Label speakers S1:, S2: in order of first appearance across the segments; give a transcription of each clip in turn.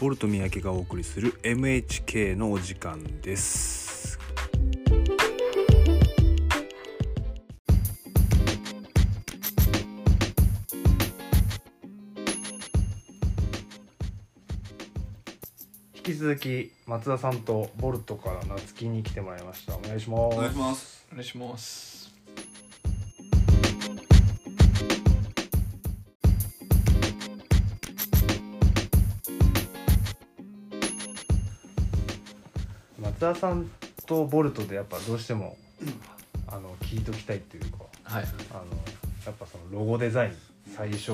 S1: ボルト三宅がお送りする MHK のお時間です
S2: 引き続き松田さんとボルトから夏希に来てもらいましたお願いしま
S3: お願い
S2: す
S3: します
S4: お願いします
S2: 松田さんとボルトでやっぱどうしてもあの聞いときたいっていうか
S4: はい
S2: あのやっぱそのロゴデザイン最初、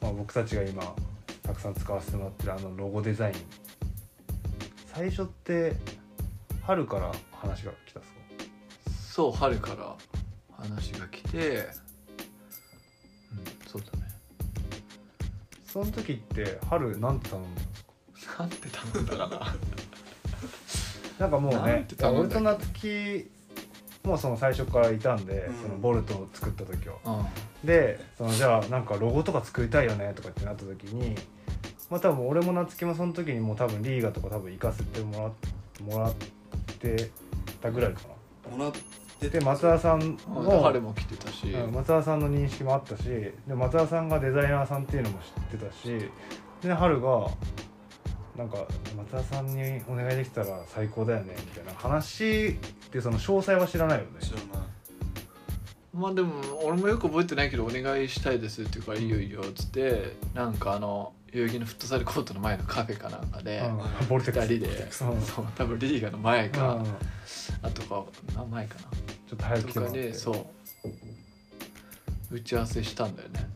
S2: まあ、僕たちが今たくさん使わせてもらってるあのロゴデザイン最初って春から話が来たっすか
S4: そう春から話が来てうんそうだね
S2: その時って春なんて頼んだんですか
S4: なんて頼んだかな
S2: なんかもう
S4: なん
S2: ね
S4: て頼
S2: 俺
S4: んだ
S2: と
S4: っけ
S2: 夏希もうその最初からいたんで、
S3: うん
S2: そのボルトを作った時は
S4: うん
S2: でそのじゃあなんかロゴとか作りたいよねとかってなった時にまあ多分俺も夏希もその時にもう多分リーガとか多分行かせてもらもらってたぐらいか
S3: もらって
S2: なで松田さん
S4: ま
S2: も
S4: あ春も来てたし、
S2: うん松田さんの認識もあったしで松田さんがデザイナーさんっていうのも知ってたしで春がなんか松田さんにお願いできたら最高だよねみたいな話でその詳細は知らないよね
S3: 知らない
S4: まあでも俺もよく覚えてないけどお願いしたいですっていうから「いいよいいよ」っつってなんかあの代々木のフットサルコートの前のカフェかなんかで、
S2: うんボルテッ
S4: 二
S2: クス
S4: 人で、
S2: うん
S4: そう多分リーガの前か、
S2: うんち
S4: あとかな前か
S2: ょっと早
S4: な
S2: く来
S4: と
S2: ても
S4: から
S2: って
S4: でそう打ち合わせしたんだよね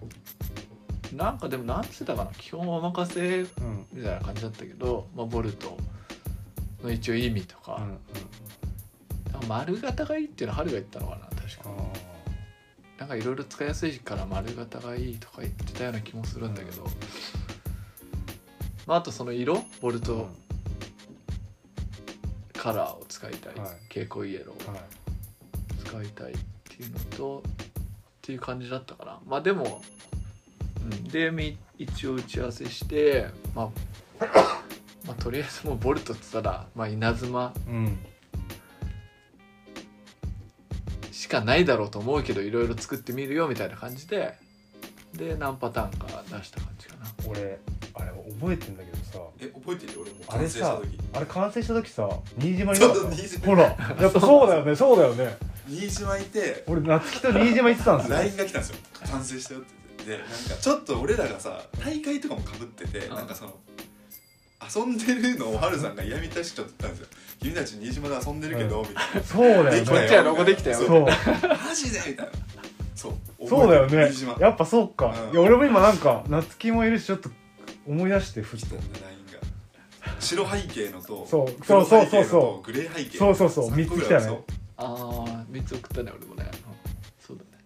S4: なんかでも何つってたかな基本お任せ
S2: うんうん
S4: みたいな感じだったけど、まあ、ボルトの一応意味と
S2: う
S4: か,、
S2: ん
S4: 丸型がいいっていうのは春が言ったのかな確
S2: あ
S4: かなんかいろいろ使いやすいから丸型がいいとか言ってたような気もするんだけど、
S2: うん
S4: まあ、あとその色ボル
S2: ーうん
S4: トカラーを使いたい、
S2: はい
S4: 蛍光イエローを
S2: はい
S4: 使いたいっていうのとっていう感じだったかなまあでも、うん、でみ一応打ち合わせして、まあ、まあとりあえずもうボルトっつったら、まあ、稲妻
S2: うん
S4: しかないだろうと思うけどいろいろ作ってみるよみたいな感じでで何パターンか出した感じかな
S2: 俺あれ覚えてんだけどさ
S3: え覚えてる俺も
S2: あれ
S3: 完成した
S2: さ
S3: 時
S2: あれ完成した時さ新島にいなかっ
S3: そう
S2: た
S3: 新島
S2: ほらやっぱそうだよねそうだよね
S3: 新島いて
S2: 俺夏希と新島行ってたんですよ
S3: LINE が来たんですよ完成したよって言ってでなんかちょっと俺らがさ大会とかもかぶってて
S4: うん
S3: なんかその遊んでるのをハルさんが嫌みたしちゃってたんですよ君たち新島で遊んでるけどみたいな
S2: そうだ
S3: で
S2: よ
S3: き
S4: こ
S3: たよ
S4: っ
S2: ね
S4: ちはロゴできたよ
S3: そう
S2: そう
S3: マジでみたいなそう
S2: そうだよ
S3: 覚えてる
S2: ね
S3: 新島
S2: やっぱそうか
S3: うん
S2: いや俺も今なんか夏希もいるしちょっと思い出してふっ
S3: 来た
S2: と
S3: んだ LINE が白背景のと
S2: そう
S3: 黒
S2: そう
S3: 背
S2: そうそう
S3: 景の
S2: そ
S3: とグレー背景
S2: そうそうそう
S3: 三個
S2: 三つ来
S3: ぐ
S2: た
S3: ら
S2: よね
S3: いそう
S4: ああ3つ送ったね俺もね、うんそうだね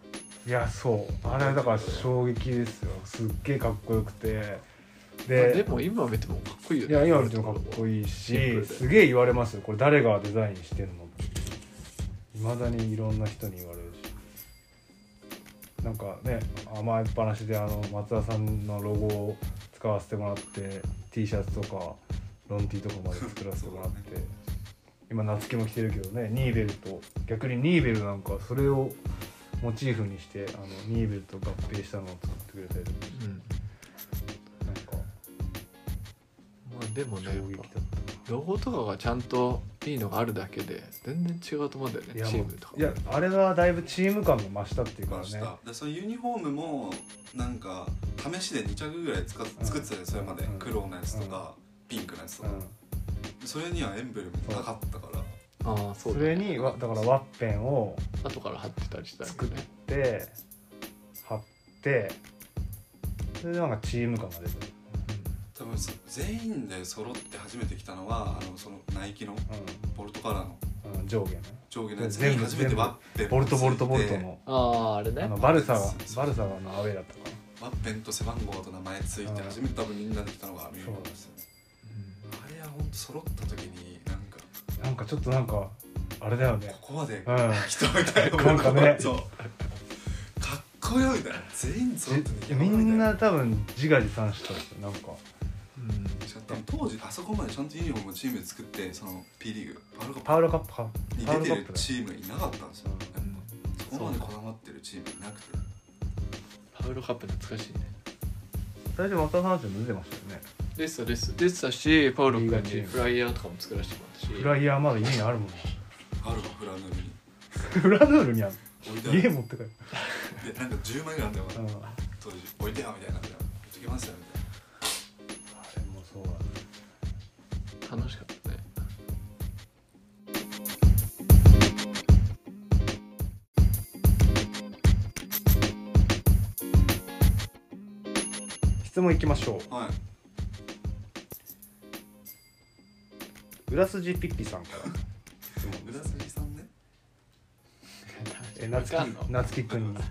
S2: いやそうあれだから衝撃ですよすっげえかっこよくて
S4: まあで
S2: で
S4: も今見てもかっこいいよ
S2: い
S4: ね
S2: や今見てもかっこいい
S4: シンプル
S2: し
S4: です
S2: げえ言われますよこれ誰がデザインしてんのっていまだにいろんな人に言われるしなんかね甘えっぱなしであの松田さんのロゴを使わせてもらって T シャツとかロン T とかまで作らせてもらっ
S3: そう
S2: て今夏希も着てるけどねニーベルと逆にニーベルなんかそれをモチーフにしてあのニーベルと合併したのを作ってくれたりとか
S4: うん
S2: なんか
S4: まあでもねや
S2: 衝撃
S4: っ
S2: だっ
S4: ぱロゴとかがちゃんといいのがあるだけで全然違うと思うんだよね
S2: いや
S4: チ
S2: も
S4: ームとか
S2: ういやあれはだいぶチーム感が増したっていうか
S3: まし
S2: ね
S3: たでそのユニフォームもなんか試しで2着ぐらい使っ
S2: うん
S3: 作ってたよそれまで、
S2: うん
S3: 黒のやつとか、ピンクのやつと
S2: う
S3: か、
S2: ん
S3: それにはエンブレムなかったから
S4: ああ
S2: そ
S4: そ
S2: う
S4: だ、ね、
S2: れにわだからワッペンを
S4: 後から貼ってたりしたよ
S2: 作っ
S4: ね
S2: て貼ってそれでなんかチーム感が出て
S3: 多分そ全員で揃って初めて来たのはあのそのナイキのボルトカラーの
S2: うん、うん、上下ね
S3: 上下のやつ
S2: 全
S3: に
S2: 部
S3: 初めてワッペン
S2: ボルト
S3: ついて
S2: ボルトボルトの
S4: あああれ
S2: あ
S4: ね
S2: のバルサは
S3: そう
S2: バルサはのアウェーだったか
S3: ワッペンと背番号と名前つい
S2: う
S3: て
S2: ん
S3: 初めて多分みんなで来たのがミュージックですよね
S4: うん
S3: あれは本当揃った時になんか
S2: ななんかちょっとなんかあれだよね
S3: ここま
S2: う
S3: で
S2: ん
S3: 来たみたいな
S2: なんかね
S3: そうかっこよみたいな全員揃ってて
S2: じみんな多分自画自賛したんですよなんか
S4: うん
S3: 当時あそこまでちゃんとユニフォームのチームで作ってその P リーグパウロカッ
S2: パウロカップか
S3: プに
S2: パウロ
S3: 出
S2: カッ
S3: てる
S2: プだ
S3: チームいなかったんですよやっぱそこまで
S2: そう
S3: こだわってるチームいなくて
S4: パウロカップ懐かしいね
S2: 最初松田さんたちも出てましたよね
S4: 出てた出てた出てたしパウロ君
S2: リーガチー
S4: に
S2: ム
S4: フライヤーとかも作らせても
S2: フ
S4: らっ
S2: ライヤーまだ家にあるもんね
S3: あるわフランドに
S2: フラヌールにある
S3: 置いてあ
S2: 家
S3: る
S2: 持って帰る
S3: でなんか10枚ぐらいあんだよ
S2: うんあれ
S3: 当時置いてよみたいな感じで置いときますよみたいな
S2: もそうだね
S4: たし楽しかったね
S2: 質問いきましょ
S3: はい、
S2: う裏筋ピッピさんから質問で
S3: 浦
S2: す
S3: 杉さんね、
S2: え夏
S4: わかんの
S2: 木夏木くんに
S3: はい、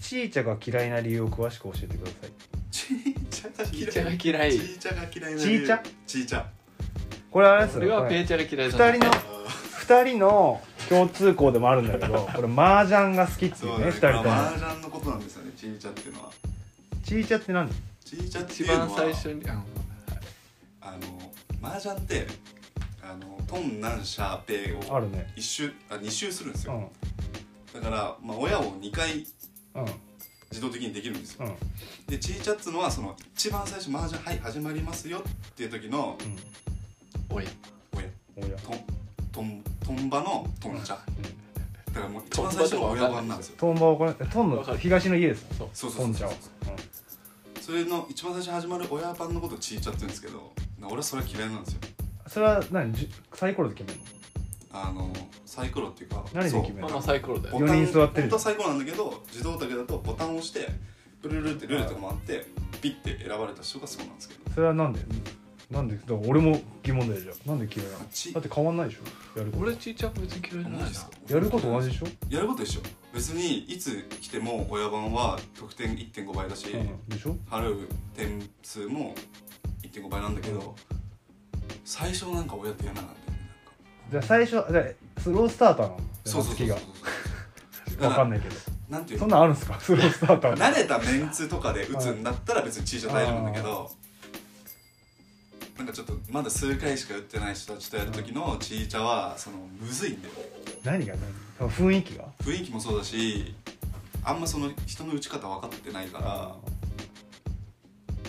S2: ちーちゃが嫌いな理由を詳しく教えてください
S3: ちーちゃが
S4: ち
S3: 嫌
S4: ーちゃが
S3: い
S4: 嫌い
S3: ちーちゃが嫌いな
S2: ちーちゃ
S3: ちーちゃ
S2: これあれです
S4: 俺
S2: よ
S4: は
S2: こ
S4: ペ
S2: れ
S4: ーチャラ嫌いだ
S2: 二人の
S3: あー
S2: 二人の共通項でもあるんだけどこれ麻雀が好きってい
S3: そううだ
S2: ね
S3: ね
S2: 二人とも
S3: マージャンのことなんですよねちーちゃっていうのは
S2: ちーちゃって何
S3: ちーちゃって
S4: 一
S3: いうのは
S4: 番最初にあの
S3: あのマージャンってあのトンナンシャーペー
S2: あ
S3: を
S2: るね
S3: 一周あ2周するんです
S2: う
S3: よ、
S2: ん
S3: だから、まあ、親を2回
S2: うん
S3: 自動的にできるんですよ、
S2: うんうん
S3: でちーちゃっつうのはその一番最初マージャンはい始まりますよっていう時の
S4: おや
S3: 親
S2: おや
S3: トントントンバのトンチャだからもう一番最
S4: トンバと
S3: 初
S4: か
S3: の
S4: わかんない
S3: 親番なんですよ
S2: トンボをこれトンの
S4: わかる
S2: 東の家です
S4: そう
S3: そうそ
S2: ト
S3: うそ
S2: ン
S3: う
S2: ち
S3: そ
S2: ゃ
S3: う
S2: を
S3: それの一番最初に始まる親番のことをちーちゃって言うんですけどな俺はそれは嫌いなんですよ
S2: それは何じゅサイコロで決める
S3: あのサイコロっていうか
S2: 何で
S3: そう
S2: 決める
S4: まあまあサイコロだよ
S2: 四人座ってる
S3: 本当はサイコロなんだけど自動だけだとボタンを押してブルルルってルーレットもあってピッて選ばれた人がそうなんですけど
S2: のそれはなんでなんでだから俺も疑問だよじゃあなんで嫌いなの
S3: あち
S2: だって変わんないでしょやるこ
S4: 俺ちーちゃん別に嫌いじゃない
S3: マジっすか
S4: な
S2: とやること同じでしょ
S3: やること一緒別にいつ来ても親番は得点1.5倍だし、
S2: うんでしょ
S3: 払う点数も1.5倍なんだけど、最初なんか親って嫌なんだよねなんか
S2: じゃあ最初じゃあスロースターターなの
S3: そうそうそ
S2: じ
S3: うそ
S2: ゃ
S3: う
S2: あ
S3: そう
S2: 月がわかんないいけど
S3: なん ていう
S2: そ
S3: の
S2: んなんあるんすかスロースターター
S3: 慣れたメンツとかで打つんだったら別にチーじゃ大丈夫なんだけどなんかちょっとまだ数回しか打ってない人たちとやる時のチーチャはそのむずいんだよ
S2: 何が何雰囲気が
S3: 雰囲気もそうだしあんまその人の打ち方分かってないから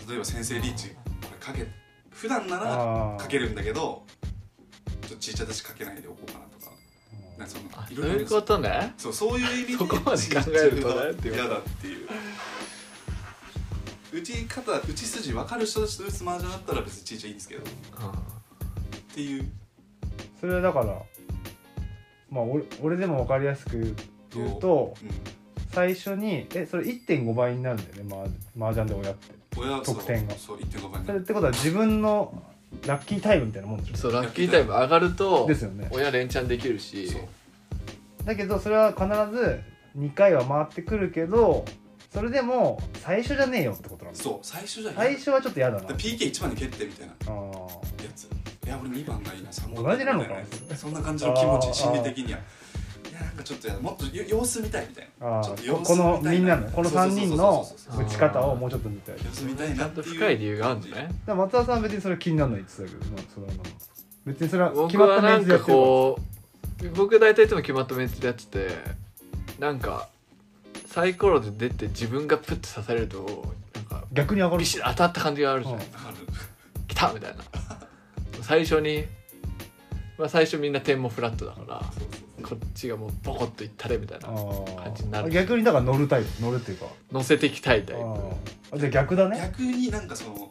S3: 例えば先生リーチこれかけ普段なら
S2: あー
S3: かけるんだけどちょっとチーチャだしかけないでおこうかなとかなんかその
S4: あ
S3: い
S4: そう
S3: ろいろあ
S4: いう
S3: るんですよ
S4: ことね
S3: そうそういう意味で
S4: そこまで考えるとねっていう
S3: 嫌だっていう打ち方打ち筋分かる人たちと打つ麻雀だったら別にちいちゃいいんですけどっていう
S2: それはだからまあ俺俺でも分かりやすく言うと
S3: うん
S2: 最初にえそれ1.5倍になるんだよねマージャンで親って
S3: 親はそう
S2: 得点が
S3: そう1.5倍に
S2: そ
S3: な
S2: れっ
S3: る
S2: てことは自分のラッキータイムみたいなもんでしょ
S4: そうラッキータイム上がると
S2: ですよね
S4: 親連チャンできるし
S3: そう
S2: だけどそれは必ず2回は回ってくるけどそれでも最初じゃねえよってことなんです
S3: そう最初じゃ
S2: 最初はちょっと嫌だなあ
S3: PK1 番で蹴ってみたいな
S2: ー
S3: やついや俺2番がいいな3番
S2: 同じなのか
S3: みたいなそんな感じの気持
S2: あー
S3: ち心理的にはいやなんかちょっとやだもっとよ様子見たいみたい
S2: あ
S3: なちょっと
S2: ー
S3: 様
S2: こ
S3: 子
S2: こ
S3: 見たい
S2: のみんなのこの3人の
S3: そうそうそうそうそう
S2: 打ち方をもうちょっと見たい
S3: 様子見たい
S4: ち
S3: な
S4: ゃん
S3: って
S4: と
S3: いう
S4: 深い理由があるんじゃない
S2: だから松田さんは別にそれ気にならないって言ってたけど、まあ、それはなんか別にそれは決
S4: 僕
S2: まっ
S4: は
S2: た
S4: な
S2: メン
S4: ん
S2: ツでや
S4: か
S2: ってるから
S4: こう僕大体いつも決まったメンツでやっててなんかサイコロで出て自分がプッて刺されるとなんか
S2: 逆に上がる
S4: ビシッと当たった感じがあるじゃない
S3: わかる
S4: 来たみたいな最初に、まあ、最初みんな点もフラットだから
S3: そうそ
S4: こ
S3: う
S4: っちがもうボコッといったれみたい
S2: あ
S4: な
S2: ー
S4: 感じになる
S2: 逆にだから乗るタイプ乗るっていうか
S4: 乗せてきたいタイプ
S2: あーじゃあ逆だね
S3: 逆になんかその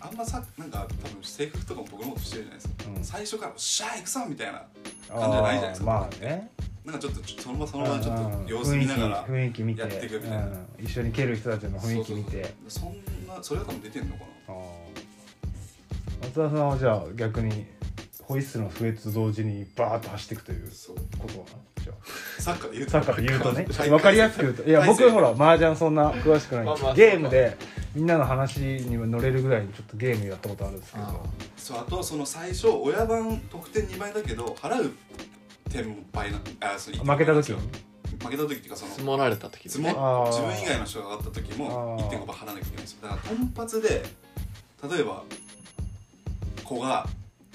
S3: あんまさなんか多分制服とかも僕のことしてるじゃないですか、
S2: うん
S3: 最初から「おっしゃー行くぞ!」みたいな
S2: あー
S3: 感じじゃないじゃないですか
S2: まあね
S3: なんかちょっとちょその場その場でちょ
S2: う
S3: っ
S2: ん
S3: と様子見ながら
S2: 雰囲気雰囲気見て
S3: やっていくみたいな
S2: うん一緒に蹴る人たちの雰囲気見て
S3: そうそうそうそんなそれは多分出てんのかな
S2: あー松田さんはじゃあ逆にホイッスルの笛と同時にバーッと走っていくという
S3: そう
S2: ことはじゃあ
S3: サッカーで言うと
S2: サッカーで言うとね
S3: はい
S2: 分かりやすく言うといや
S3: はい
S2: 僕ほら麻雀そんな詳しくないん
S4: まあま
S2: で
S4: あ
S2: ゲームでみんなの話には乗れるぐらいにちょっとゲームやったことあるんですけど
S4: あ
S3: そうあとその最初親番得点2倍だけど払う点も倍なあそう
S2: 負けた時に
S3: に負けた時っていうかその
S4: 積もられた時
S3: つ
S4: で
S3: も
S4: ね
S2: あー
S3: 自分以外の人が上がった時も
S2: あー
S3: 1.5倍払わなきゃいけないんですよだから単発で例えば子が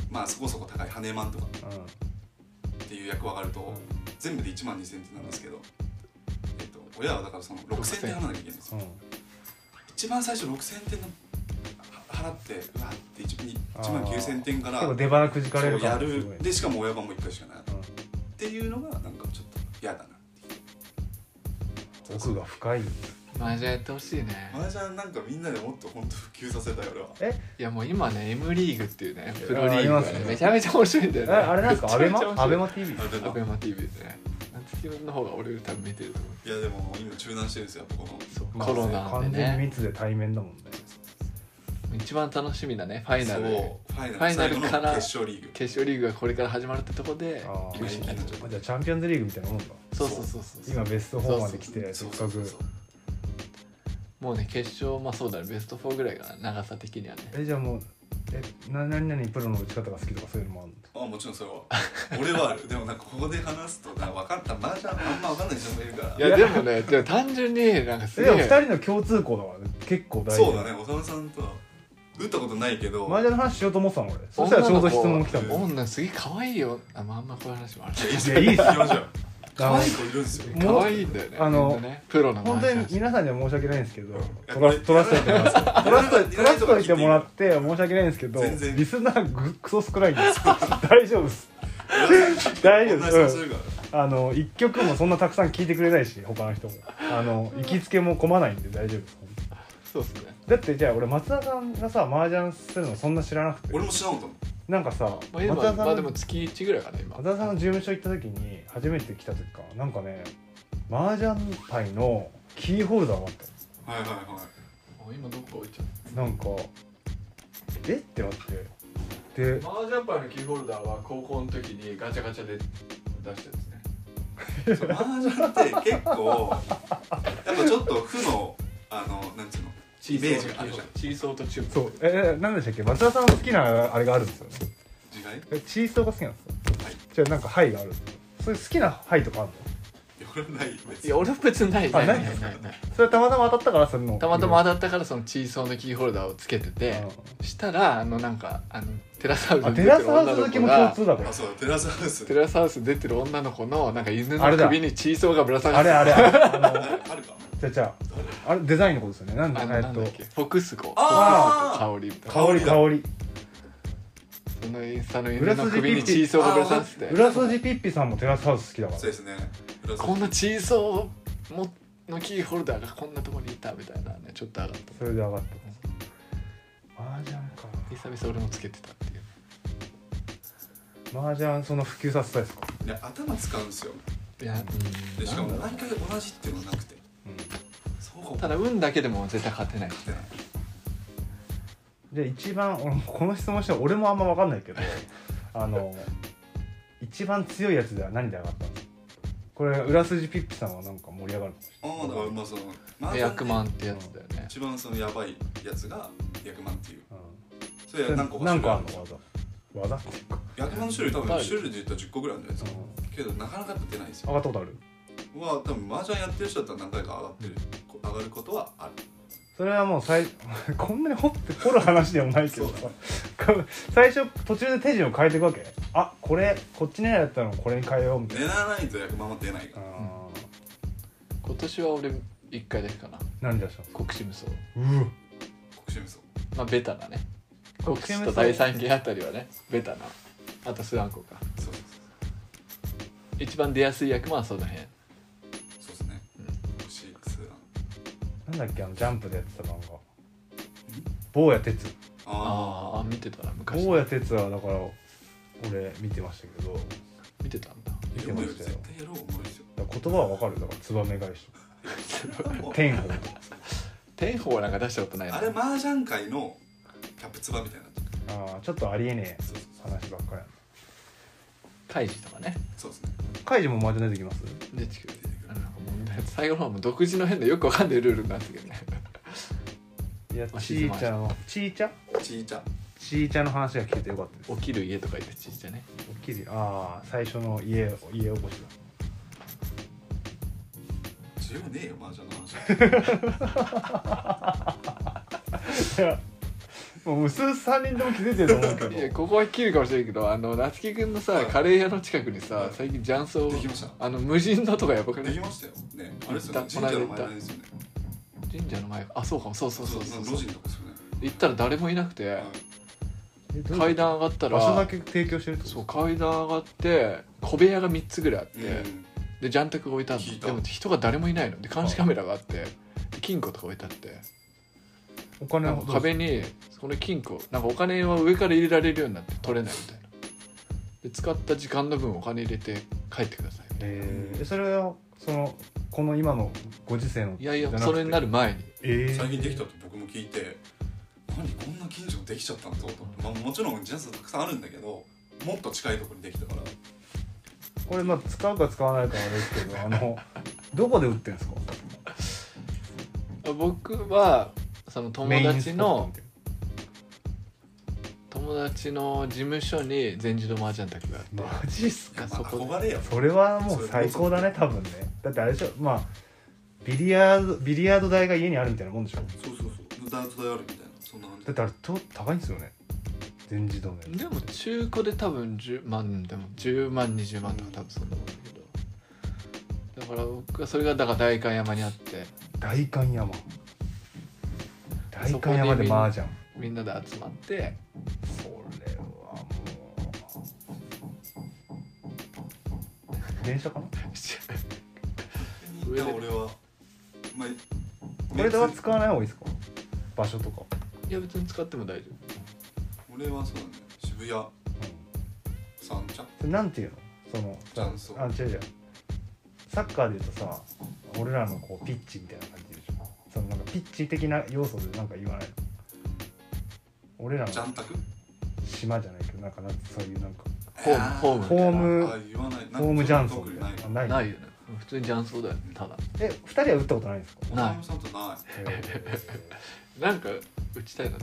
S3: まあそこそこ高い羽マンとかっていう役分かると、全部で1万2000点なんですけど、えっと、親はだからその6000点払わなきゃいけないんです
S2: う
S3: よ
S2: んうん
S3: 一番最初6000点の払ってうわって 1,
S2: あー
S3: 万9000点から
S2: 結構出花くじかれる
S3: そう
S2: か
S3: や
S2: らすごい
S3: るでしかも親番も1回しかないっ
S2: うん
S3: ていうのがなんかちょっと嫌だな
S2: 奥が深い
S4: マージャンやってほしいね
S3: マージャンなんかみんなでもっと本当普及させたい 俺はい
S4: やもう今ね M リーグっていうねプロ
S2: ああ
S4: リーグが
S2: ります
S4: ね
S2: ね
S4: めちゃめちゃ面白いんだよ
S2: え
S4: ね
S2: あれなんですかアベマ
S4: めちゃめちゃ
S2: アベ
S4: 面
S2: マ TV
S3: あれ
S4: 白い
S3: だ
S4: アベマ TV ですね夏希の方が俺より多分見てると思う
S3: いやでも今中断してるんですよやっぱこの
S4: そう
S2: まあ
S4: コロナで
S2: 完全に
S4: ね
S2: 密で対面だもんね
S4: 一番楽しみだねファイナル
S3: そうファイナル
S4: ファイナル
S3: 最後
S4: か
S3: の
S4: ら
S3: 決勝リーグ
S4: 決勝リーグがこれから始まるってとこで
S2: あー
S4: 有識になっちゃう
S2: あじゃあチャンピオンズリーグみたいなもんだ
S4: そうそうそうそう
S2: 今ベスト4まで来てせ
S3: そ
S2: っ
S3: うそ
S2: か
S3: うそ
S2: く
S3: うそう
S4: もうね決勝まあそうだねベスト4ぐらいかな長さ的にはね
S2: えじゃあもうえな何々プロの打ち方が好きとかそういうのもあるの
S3: あもちろんそれは俺はあるでもなんかここで話すとなんか分かったマージャンあんま分かんない人もいるから
S4: いやでもねでも単純になんかす
S2: え
S4: げ
S2: でも2
S4: え
S2: 人の共通項だからね結構大事
S3: そうだね長田さんとは打ったことないけど
S2: マージャンの話しようと思ってたの俺そしたらちょうど質問来たもん
S4: 女すげえ可愛いよあまああんまこういう話もある
S3: い
S2: いやいいっす
S3: 行きましょう可愛い子いるんですよ
S2: もう
S4: 可愛いんだよね
S2: あの
S4: みんなねプロの
S2: 本当に
S4: 話
S2: 皆さんには申し訳ないんですけど
S3: や
S2: 取ら取らせてもらって取らせとい取らせといてもら
S3: っ
S2: って申し訳ないんですけど
S3: 全然
S2: リスナーぐクソ少ないんです 大丈夫です大丈夫です
S3: するから
S2: あの一曲もそんなたくさん聴いてくれないし他の人もあの行きつけも込まないんで大丈夫です
S4: そうっすね
S2: だってじゃあ俺松田さんがさ麻雀するのそんな知らなくて
S3: 俺も知らんかっ
S2: なんかさ
S4: まあ今
S2: 松田さん
S4: まあでも月1ぐらいかな今
S2: 和田さんの事務所行った時に初めて来た時かなんかね麻雀牌のキーホルダーがあった
S3: たもんはいはいはい
S4: あ今どこか置いちゃっ
S2: のなんかえってなってで
S4: たマージャンパイのキーホルダーは高校の時にガチャガチャで出したやつね
S3: マージャンって結構やっぱちょっと負のあのなんつうの
S4: チー
S3: イメージ
S4: ソー
S3: が
S4: と
S3: あるじゃん
S4: チーソーとチューブ
S2: そうえー、何でしたっけ松田さんの好きなあれがあるんですよね
S3: 時代いや
S2: えチーソーが好きなんですよ
S3: はい
S2: じゃあなんか牌があるんですよそういう好きな牌とかある
S3: 俺はない別
S4: い
S3: に
S4: や俺は別にない
S2: あ
S4: ないな
S2: ないい
S4: ないない
S2: のそれたまたま当たったからその
S4: たまたま当たったからそのチーソーのキーホルダーをつけててしたらあのなんかあのテラスハウス
S2: あ
S4: に出
S2: テ
S4: てる
S2: ラスハ
S4: 女
S2: ウス
S4: の
S2: 好き
S4: 子
S2: も共
S4: が
S2: 通だから
S3: あそうテラスハウス
S4: テラスハウス出てる女の子のなんか犬
S2: あ
S4: の
S2: れだ
S4: 首にチーソーがぶら下が
S2: あ
S4: って
S2: れ
S4: る
S2: あれあの
S3: ああるか
S2: じゃあじゃああれデザインのことですよねなんで
S4: あの
S2: え
S4: な
S2: っ
S4: んだっ
S2: と
S4: けフォクスコ
S3: あー
S4: フォクスコ香りみたいな
S2: 香り香り
S4: そのインスタの犬の首にチーソーがぶら下がってて
S2: 裏筋ピッピさんもテラスハウス好きだから
S3: そうですね裏
S4: こんなチーソーものキーホルダーがこんなとこにいたみたいなねちょっと上がっ
S2: それで上がった麻雀か
S4: た久々俺もつけてたっていう
S2: 麻雀その普及させたいですか、
S3: いや頭使うんですよ
S4: いや
S3: でしかも
S4: なんだ
S3: 毎回同じっていうのはなくてそうかも
S4: ただ運だけでも絶対勝てないしね
S2: じゃあ一番俺もこの質問して俺もあんま分かんないけどあの一番強いやつでは何で上がったのこれ裏筋ピッピさんはなんか盛り上がる
S3: ああだからまあその麻雀で
S4: 役満ってやつだよね
S3: 一番そのやばいやつが役満っていう
S2: かも
S3: そ
S2: しれ
S3: れ
S2: な、
S3: ないんか
S2: うん、
S3: 欲
S2: 何
S3: しい
S2: 個あるの技技っていうか、
S3: 役満の種類多
S4: いっぱい
S3: 分
S4: ある
S3: 種類で言ったら10個ぐらいあるんじゃないですかけどなかなかやっぱ出ないですよ
S2: 上がったことある
S3: まあ多分麻雀やってる人だったら何回か上がってるこ上がることはある
S2: それはもう最 こんなに掘って掘る話でもないけど さ最初途中で手順を変えていくわけあこれこっち狙いだったのこれに変えようみたいな
S3: 狙わないと役満は出ないから
S2: あー
S4: 今年は俺1回だけかな
S2: 何出したの
S4: 国士無双
S2: うわ
S3: 国士無双
S4: まあベタなね国
S2: 士無
S4: 士
S2: 双
S4: と第三系あたりはねベタなあとスワンコか
S3: そうそう
S4: 一番出やすい役はその辺
S3: そうそうですね
S4: うん
S3: 国士スー
S2: なんだっけあのジャンプでやってた漫画坊や哲
S3: ランあ
S4: あーあ見てたな昔
S2: 坊や哲はだから俺見てましたけど
S4: 見てたんだ
S3: あ
S2: 見て
S3: 読
S2: ま
S3: むよ
S2: し
S3: り
S2: た
S3: 絶
S2: よ
S3: 対やろう思うですよ
S2: だから言葉はわかるだからツバメ返しとか 天狗
S4: 天宝はなんか出したことないな
S3: あれ麻雀界のキャプツバみたいになっちゃう
S2: ああちょっとありえねえ
S3: そうそう
S2: 話ばっかりやな
S4: カイジとかね
S3: そうですね
S2: カイジもマージャン出てきます
S4: で地球であのなんか問題最後の方も独自の変でよくわかんないルールになってたけどね
S2: いや
S4: あ
S2: ちーちゃんはちーちゃん
S3: ちーちゃん
S2: ちーちゃんの話が聞けてよかったです
S4: 起きる家とか言ってちっちゃいね
S2: おっきりああ最初の家家起こしだ
S3: 需要ねえよ麻雀の話
S2: いやもう薄々3人とも気づいてると思う
S4: いや
S2: けど
S4: ここは切るかもしれないけどあの夏樹君のさ、
S3: はい
S4: カレー屋の近くにさ、
S3: はい
S4: 最近雀荘
S3: できました
S4: あの無人のとかやばくな
S3: でき
S4: い
S3: ましたよねあれですよ
S4: 行った
S3: ね神社の
S4: この間行った
S3: 前ですよね
S4: 神社の前あそうかもそうそうそう
S3: そ
S4: そうう
S3: 路地のとこですよね
S4: 行ったら誰もいなくて、
S3: はい
S4: 階段上がったら
S2: 場所だけ提供してるってこと
S4: そう階段上がって小部屋が3つぐらいあって、
S3: うん
S4: でジャン卓が置いてある
S3: 聞い
S4: の
S3: た
S4: でも人が誰もいないので監視カメラがあってで金庫とか置いてあって
S2: お金
S4: なん
S2: は
S4: か壁にその金庫なんかお金は上から入れられるようになって取れないみたいなで使った時間の分お金入れて帰ってくださいみたいな
S2: えー、それはそのこの今のご時世の
S4: いやいやそれにな
S2: る
S4: る前に
S2: えー、
S3: 最近できたと僕も聞いて何こんな近所できちゃったのと、まあ、もちろんジャズたくさんあるんだけどもっと近いところにできたから
S2: これまあ使うか使わないかはあれですけどあ のどこで売ってるんですか
S4: 僕はその友達の
S2: メインスポットみたいな
S4: 友達の事務所に全自動麻雀卓があって
S2: マジっす
S3: いや
S4: か
S3: まあ
S4: そこで
S3: 憧れよ
S2: それはもう最高だね多分ねだってあれでしょまあビリヤードビリヤード台が家にあるみたいなもんでしょ
S3: そうそうそうダーツ代あるみたいなそんな感じ
S2: だってあれちょっと高いんですよね全自動のやつ
S4: でも中古で多分10万でも10万20万とか多分そんなもんだけどだから僕はそれがだから代官山にあって
S2: 大観山大
S4: そこ
S2: 観
S4: に
S2: 山で麻雀
S4: みんなで集まって
S2: それはもう電車かな
S3: いや俺は、まあ、
S2: これでは
S3: 別に
S2: 使わない方がいいですか場所とか、
S4: いや別に使っても大丈
S3: 俺はそうだね渋谷三茶
S2: それなんていうのその
S3: 雀荘
S2: あ違う違うサッカーでいうとさ俺らのこうピッチみたいな感じでしょそのなんかピッチ的な要素でなんか言わないの俺らの
S3: ジャンタク
S2: 島じゃないけどなんかなんてそういうなんか
S4: ホーム
S3: あ
S4: ホーム
S2: ホーム
S3: あ言わないなんか
S2: ホームジャンソン
S3: 特
S2: み
S3: に
S2: た
S3: ないい
S2: なな
S4: 夫ないいよね普通に雀荘だよねただ
S2: え二人は打ったことないんですか
S3: お前もさんとない
S2: え
S4: なんか打ちたいな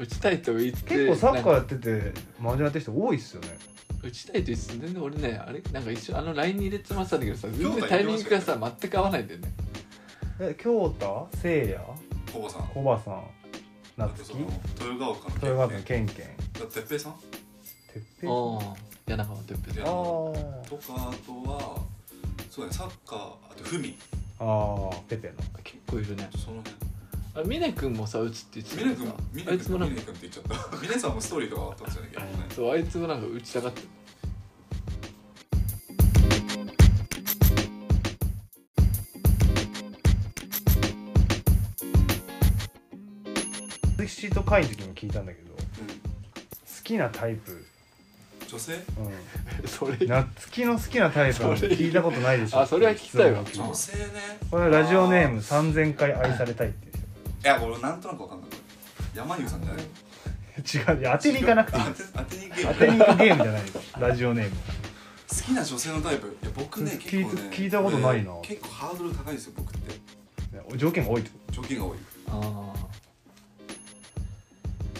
S4: 打ちたいと言って
S2: ー結構サッカー
S4: なん
S2: や
S4: か
S2: っててマージャンやってる人多いっすよね
S4: 打ちたいと言って全然俺ねあれなんか一緒あの LINE に入れてましたんだけどさ
S3: 兄
S4: 全
S3: 弟
S4: 然タイミングがさ全く合わないんだよね
S2: え京太せいや
S3: ほぼさん
S2: 小葉さん
S3: だ
S2: 夏
S3: って
S2: 樹
S3: その豊川丘の
S2: 豊川君
S3: 県ね
S2: ケンケン
S3: だって哲平さん
S2: てっ
S4: あ
S2: ぺいさん
S4: あ柳川哲平さん
S2: あー
S3: とかあとはそうだねサッカーあとフミ
S2: あーペペの
S4: 結構いるね
S3: その辺
S4: あ峰君もさ打つって言って
S3: ミ
S4: たけどさ
S3: ネ君ミ
S4: あ
S3: ネ
S4: いつも
S3: 君
S4: な
S3: ミ
S4: ん
S3: ネ
S4: か
S3: 君って言っちゃった ミネさんもストーリーとかあったんですよね結構ね
S4: そうあいつもなんか打ちたがってる
S2: 鈴木シート会の時も聞いたんだけど好きなタイプ、
S3: うん女性
S2: う
S4: それ
S2: ん、夏希の好きなタイプは
S4: それ
S2: 聞いたことないでしょ
S4: あそれは聞きたいわ
S2: 質問
S3: 女
S2: が来る
S3: 性ね
S2: これはラジオネーム3000回愛されたいって
S3: いや俺なんとなくわかんない山優さんじゃない
S2: いう人違ういや当てに行かなくていい
S3: あ当てに行け
S2: 当て
S3: 好
S2: に行くゲームじゃないです ラジオネーム
S3: きな女性のタイプいや僕ね
S2: 聞い
S3: 結構ね
S2: 聞いたことないな
S3: 俺結構ハードル高いですよ僕って
S2: 条件が多いってこ
S3: 条件が多い
S4: あ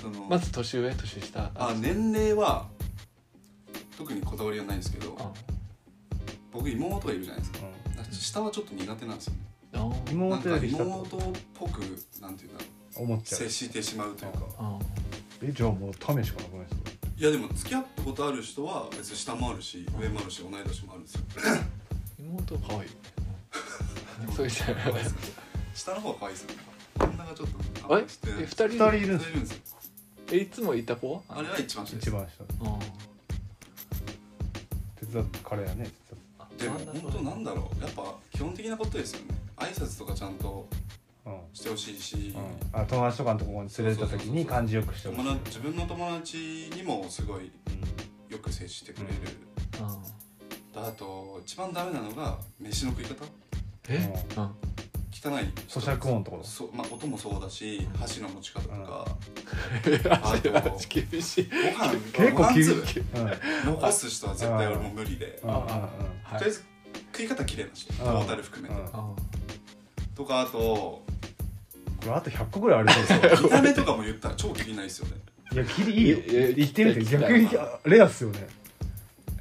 S3: その
S4: ーまず年上年下
S3: あ年齢は特にこだわりはないんですけど
S4: あ
S3: 僕妹がいるじゃないですか
S2: と、
S3: だから下はちょっと苦手なんですよね
S4: あー
S2: うん、
S3: なん
S2: 妹よ
S3: か
S2: り下と
S3: 妹っぽくなんていうんだろう
S2: 思っちゃう
S3: 接してしまうというか
S4: あ
S2: えじゃあもうためしかなくないですか
S3: いやでも付き合ったことある人は別に下もあるし上もあるし同い年もあるんですよ
S4: 妹可愛いそうじゃ
S3: 可愛いっすね下の方が可愛いですよね女がちょっと
S4: あれえ
S3: してない
S4: 二人
S2: 二人いるんです
S3: 二人いるんですよ
S4: えいつもいた子
S3: あれは一番下です
S2: 一番下
S4: あ
S2: 手伝って彼やね手伝って
S4: ー
S3: でも本当なんだろうやっぱ基本的なことですよね挨拶とかちゃんと
S2: うん
S3: してほしいし、
S2: うん、あ友達とかのところに連れてった時に感じよくしてほしい
S3: 友達自分の友達にもすごいよく接してくれる、
S4: あ
S3: あと一番ダメなのが飯の食い方
S4: え
S2: うん
S4: うん
S3: 汚い人
S2: 咀嚼音ってこと
S3: そう、まあ、音もそうだし箸の持ち方とか、
S4: あでも厳しい
S3: ご飯
S2: 結構
S3: ご飯
S2: 厳しい
S3: 粒
S2: うんうんうん
S3: 残す人は絶対俺も無理で、
S4: は
S3: とりあえず食い方綺麗な人トータル含め
S2: うん
S3: て、
S2: うんこ
S4: あ
S3: とかあと
S2: れあと100個ぐらいありそうですよ
S3: 見た目とかも言ったら超気にないですよね
S2: いやきりいいよ
S4: いやいや
S2: 行ってみて
S4: 行きたい
S2: 逆にあレアっすよね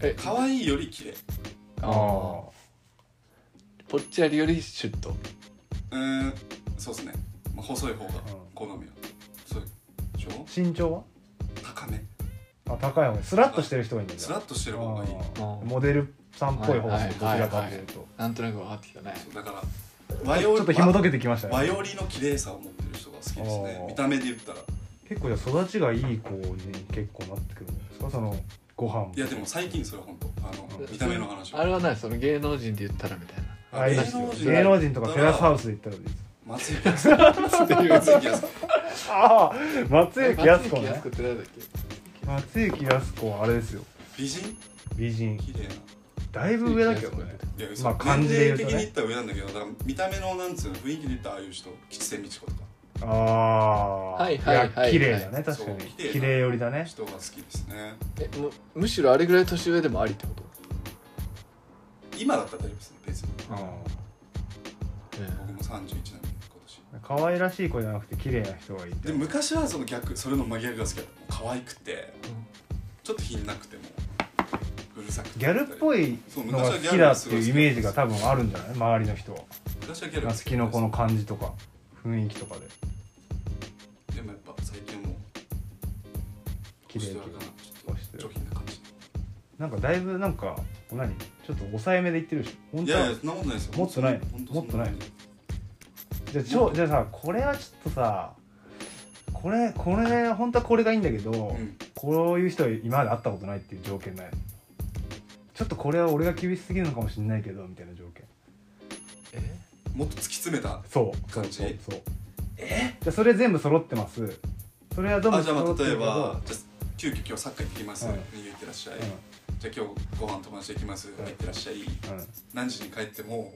S4: え
S3: 可愛いより綺麗
S4: あー
S2: あ
S4: ぽっちゃりよりシュッと
S3: うーんそうですね、まあ、細い方が
S2: うん
S3: 好みは、そうでしょ
S2: 身長は
S3: 高め
S2: あ高い方がいいスラッとしてる人がいいんだ
S3: スラッとしてる方がいい
S2: あー
S4: うん
S2: モデルさんっぽい方がいいどち
S4: はいはい
S2: らかというと
S4: なんとなく分かってきたね
S3: そうだから和
S2: ちょっと紐解けてきました
S3: 和
S2: ね
S3: よりの綺麗さを持ってる人が好きです
S2: あ
S3: ね
S2: ー
S3: 見た目で言ったら
S2: 結構じゃあ育ちがいい子に結構なってくるんですかそのご飯
S3: いやでも最近それは本当あの、
S2: うん
S3: 見た目の話
S4: あれはないその芸能人で言ったらみたいな
S2: あいい
S3: 芸
S2: ですよ
S3: 能人
S2: 芸能人とかテラスハウスで行ったらいいです
S3: 松井康子松井康子
S2: ああ松雪
S4: や
S2: 泰
S4: す
S2: 子
S4: こ
S2: ね
S4: って誰だっけ
S2: 松雪泰子はあれですよ
S3: 美人
S2: 美人
S3: 綺麗な
S2: だいぶ上だけどね
S3: いや嘘
S2: まあ感じで言うとね
S3: 年齢的に言ったら上なんだけどだから見た目のなんつうの雰囲気で言ったらああいう人吉瀬美智子とか
S2: ああ、
S4: はいはいはいはい
S2: 綺麗だね確かに
S3: そう綺麗な
S2: 綺麗寄りだね
S3: 人が好きですね
S4: えむむしろあれぐらい年上でもありってこと
S3: 今だったら大丈夫ですね別に
S4: うん
S3: 僕も31なんで今年
S2: 可愛らしい子じゃなくて綺麗な人がいて
S3: で昔はその逆それの真逆が好きだった可愛くてちょっと品なくてもうるさくて
S2: ギャルっぽいのが好きだっていうイメージが多分あるんじゃない周りの人は
S3: 昔はギャルが
S2: 好
S3: 好き
S2: きのこの感じとか雰囲気とかで
S3: でもやっぱ最近も
S2: 綺麗
S3: ち
S2: 綺
S3: ょ
S2: 麗
S3: っと
S2: 押してる
S3: 上品な感じ
S2: なんかだいぶなんか何ちょっと抑えめで言ってるでしょ本
S3: い
S2: 当は
S3: やいやそんなことないですよ
S2: もっとない
S3: 本当そん
S2: もっとじゃあちょじゃあさこれはちょっとさこれこれ本当はこれがいいんだけど、
S3: うん
S2: こういう人は今まで会ったことないっていう条件ないちょっとこれは俺が厳しすぎるのかもしれないけどみたいな条件
S4: え
S3: もっと突き詰めた
S2: そうそう
S3: 感じ
S2: そうそうじゃあそれ全部揃ってますそれはどんど
S3: あ
S2: ん
S3: じゃあ
S2: 揃
S3: ま
S2: っ
S3: あ
S2: てる
S3: 例え
S2: けど
S3: ばじゃあ急遽今日サッカー行ってきます、
S2: うん
S3: 言ってらっしゃい、じゃあ今日ご飯友達と行きます、
S2: ん
S3: 行ってらっしゃい何時に帰っても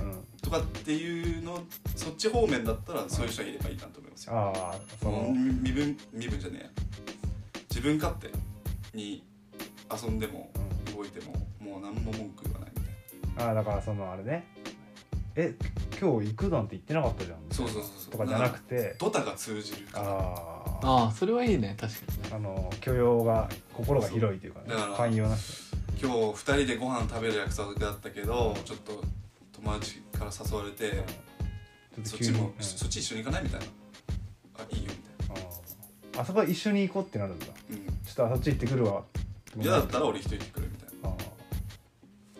S2: う んうんうん
S3: とかっていうのそっち方面だったらそういう人がいればいいなと思いますよ、
S2: ああその、
S3: うん身分身分じゃねえや自分勝手に遊んでも
S2: う
S3: 動いてももう何も文句言わないみたい
S2: ああだからそのあれねえ今日行くなんて言ってなかったじゃん
S3: なそうそうそうそう
S2: とかじゃなくて
S3: ドタが通じるから
S2: ああ
S4: ああそれはいいね確かにね
S2: あの許容が心が広いというかね
S3: そうだから
S2: 寛容な人
S3: 今日2人でご飯食べる約束だったけどちょっと友達から誘われて、
S2: うんちょ
S3: そ
S2: っと
S3: っ
S2: 急
S3: ち
S2: に、
S3: も、
S2: うん
S3: そっち一緒に行かないみたいなあいいよ
S2: あーあそこ一緒に行こうってなるんだちょ
S3: みたいな、
S2: っとあそっち行ってくるわ
S3: うん、嫌だったら俺一人行ってくるみたい
S2: あ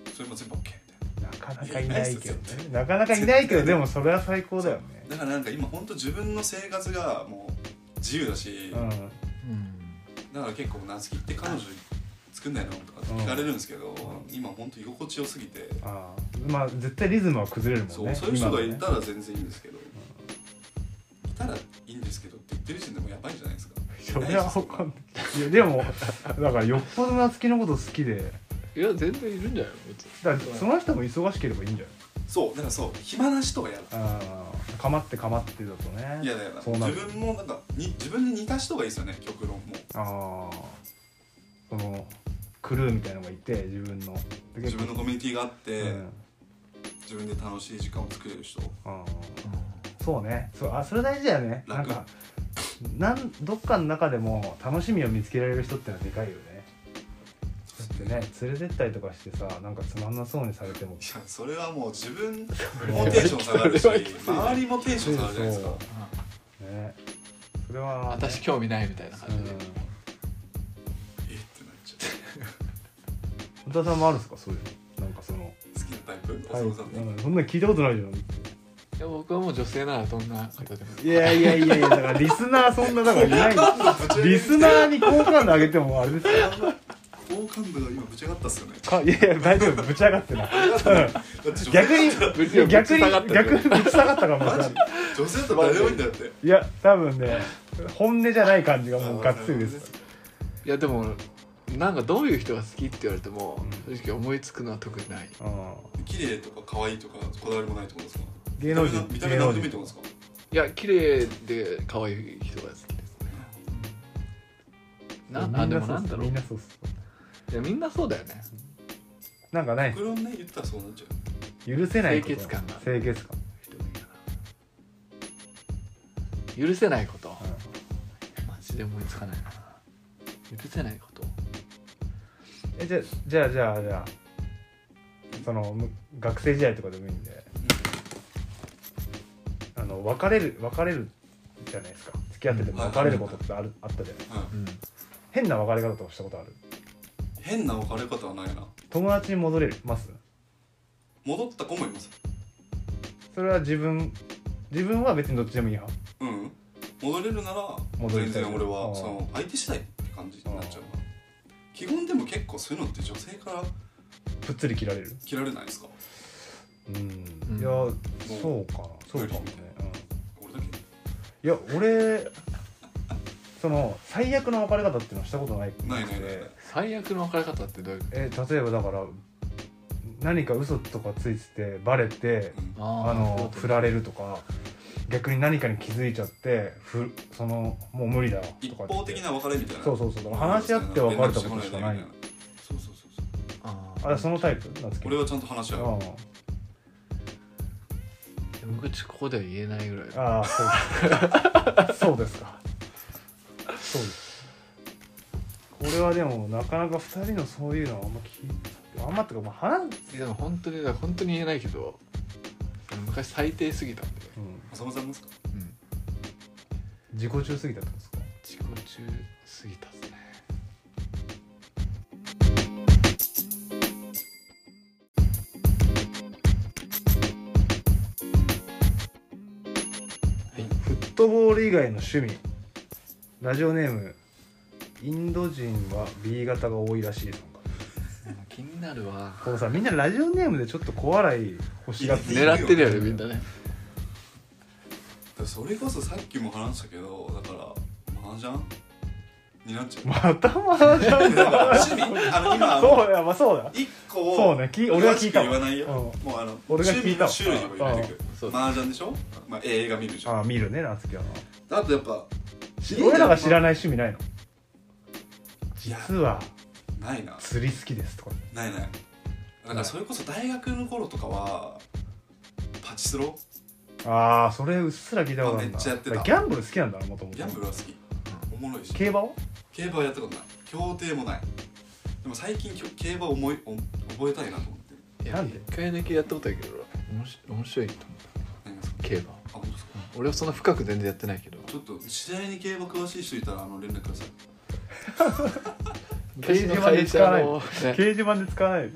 S3: なそれも全部 OK みたい
S2: ーなかなかいないけど
S3: いやいないっすよ絶
S2: ねなかなかいないけどでもそれは最高だよね
S3: なだからなんか今ほんと自分の生活がもう自由だし、
S2: うん
S4: うん
S3: だから結構夏希って彼女作んないのとかって聞かれるんですけど、今ほんと居心地よすぎて、
S2: あーまあ絶対リズムは崩れる
S3: そ
S2: もん
S3: う
S2: ね
S3: そういう人がい
S2: 今
S3: た
S2: のね
S3: ら全然いいんですけど、いたらいいんですけどって言ってる時点でもうやばいじゃないですか
S2: それはわかんないいやでもだからよっぽど夏希のこと好きで
S4: いや全然いるんじゃないの別に
S2: だからその人も忙しければいいんじゃない
S3: そうだからそう暇な人は嫌だ
S2: あーかまってかまってだとね
S3: 嫌だ嫌だ
S2: そうな
S3: 自
S2: る
S3: 分もなんかに自分に似た人がいいですよね極論も
S2: ああそのクルーみたいなのがいて自分の
S3: 自分のコミュニティがあって、
S2: うん
S3: 自分で楽しい時間を作れる人
S2: あーそうねそうあそれ大事だよねなん
S3: 楽
S2: かなんどっかの中でも楽しみを見つけられる人ってのはでかいよねだってね連れてったりとかしてさなんかつまんなそうにされても
S3: いやそれはもう自分もテンション下がるし
S4: それはきつい
S3: 周りもテンション下がるじゃないですか
S2: ねそれは、
S4: 私興味ないみたいな
S2: う
S4: 感じで
S2: ん
S3: えってなっちゃ
S2: 本田さんもあるんですかそういうのなんかその
S3: う好きなタイプ
S2: タイ
S3: 浅野
S2: プ
S3: さん
S2: う
S3: ね
S2: んそんなの聞いたことないじゃん
S4: いや僕はもう女性ならどんな方でも
S2: いやいやいやいやだからリスナーそんなだからいない リスナーに好感度上げてもあれですよ
S3: 好感度が今ぶち上がったっすよね
S2: かいやいや大丈夫ぶち上がってない
S3: だって
S2: 逆に
S4: ぶ
S2: 逆
S4: ち
S2: に
S4: ぶち下がってる
S2: 逆にぶち下がったかも
S3: マジ女性だったら誰でもいいんだよって
S2: いや多分ね本音じゃない感じがもうがっつりです
S4: いやでもなんかどういう人が好きって言われても正直思いつくのは特にない
S2: うん
S3: 綺麗とか可愛いとかこだわりもないってことですか
S2: 芸能人
S3: 見た目
S2: 芸
S3: な
S2: 能
S3: んでもいいって
S2: 人
S3: ことですか
S4: いや綺麗で可愛い人が好きですなあ
S2: み
S4: で
S2: な
S4: も
S2: そ
S4: なん
S2: っす
S4: だろう
S2: みんなそうっす
S4: いやみんなそうだよね
S2: なんかない
S3: 極論ね言ったらそうなっちゃう
S2: 許せないこと
S4: 清潔感が
S2: 清潔感
S4: 人がいいかな許せないこと
S2: うん
S4: マジで思いつかないな許せないこと
S2: えじゃあじゃあじゃあじゃあそのむ学生時代とかでもいいんであの別れる別れるじゃないですか付き合ってても別れることってあるあったじゃない
S3: うん
S4: うん
S2: 変な別れ方とかしたことある
S3: 変な別れ方はないな
S2: 友達に戻れます
S3: 戻った子もいます
S2: それは自分自分は別にどっちでもいい派
S3: うん戻れるなら
S2: 戻り
S3: 全
S2: たい
S3: 然俺
S2: あ
S3: は
S2: ー
S3: その相手次第って感じになっちゃうから基本でも結構そういうのって女性から
S2: ぷっつり切られる
S3: 切られないですか
S2: うん、
S4: うん
S2: いやそうかなそうかもね、
S3: 俺だけ
S2: うん、いや俺その最悪の別れ方っていうのはしたことないくて
S3: ないないないない
S4: 最悪の別れ方ってどういう
S2: え例えばだから何か嘘とかついててバレて
S3: うん
S4: あ
S2: あの振ら
S4: れ
S2: れるとか逆に何かに気づいちゃってふそのもう無理だとかって
S3: 一方的な別れみたいな
S2: そうそうそうだから話し合って別れたことしかない
S3: そうそうそうそう
S4: あ
S2: あれそのタイプ夏樹
S3: 俺はちゃんと話し合う
S2: あ
S4: 無口ここでは言えないぐらい
S2: あああそう そうですかそうですこれはでもなかなか2人のそういうのはあんま聞いあんまっていうかまあ話す、
S4: いやでも本当にだから本当に言えないけどその昔最低すぎたんで、
S2: うん、
S3: 浅間さんですか
S4: うん、
S2: 自己中すぎたってことですか
S4: 自己中すぎたっすね
S2: フットボール以外の趣味ラジオネームインド人は B 型が多いらしいさんか
S4: うん気になるわ
S2: このさみんなラジオネームでちょっと小笑い欲しがって
S3: いや
S4: 狙ってるよねみんなね
S3: だからそれこそさっきも話したけどだから麻雀になっちゃう
S2: またマジ
S3: だから 趣味あの今
S2: そうやまあそうだ
S3: 一個を
S2: そうねき俺は聞いた
S3: 詳しく言わないよ、
S2: うん
S3: もうあの
S2: 俺が聞いたわ
S3: 趣味の種類を言って
S4: う
S3: く
S4: ん
S3: 麻雀でしょ、まあ、映画見るでしょ
S2: ああ見るね夏樹はな
S3: あとやっぱ
S2: し俺らが知ら
S3: ない
S2: ない趣味ないの
S3: いや
S2: 実は
S3: ないな
S2: 釣り好きですとか
S3: ないないだからそれこそ大学の頃とかはパチスロ
S2: ああそれうっすら聞いたことあるんだ
S3: あめっちゃやってた
S2: ギャンブル好きなんだなもとも
S3: ギャンブ
S2: と
S3: ルは好きおもろいし
S2: 競馬は
S3: 競馬はやったことない競艇もないでも最近きょ競馬を思いお覚えたいなと思って
S4: いや
S2: なんで
S4: 一回だけやったことあるけど面白い面白いと思っ
S3: 何ですか
S4: た競馬
S3: あ本当ですか
S4: 俺はそんな深く全然やってないけど
S3: ちょっと知り合いに競馬詳しい人いたらあの連絡ください
S2: 掲示板で使わない
S4: 昔の会社のね
S2: 掲示板で使わない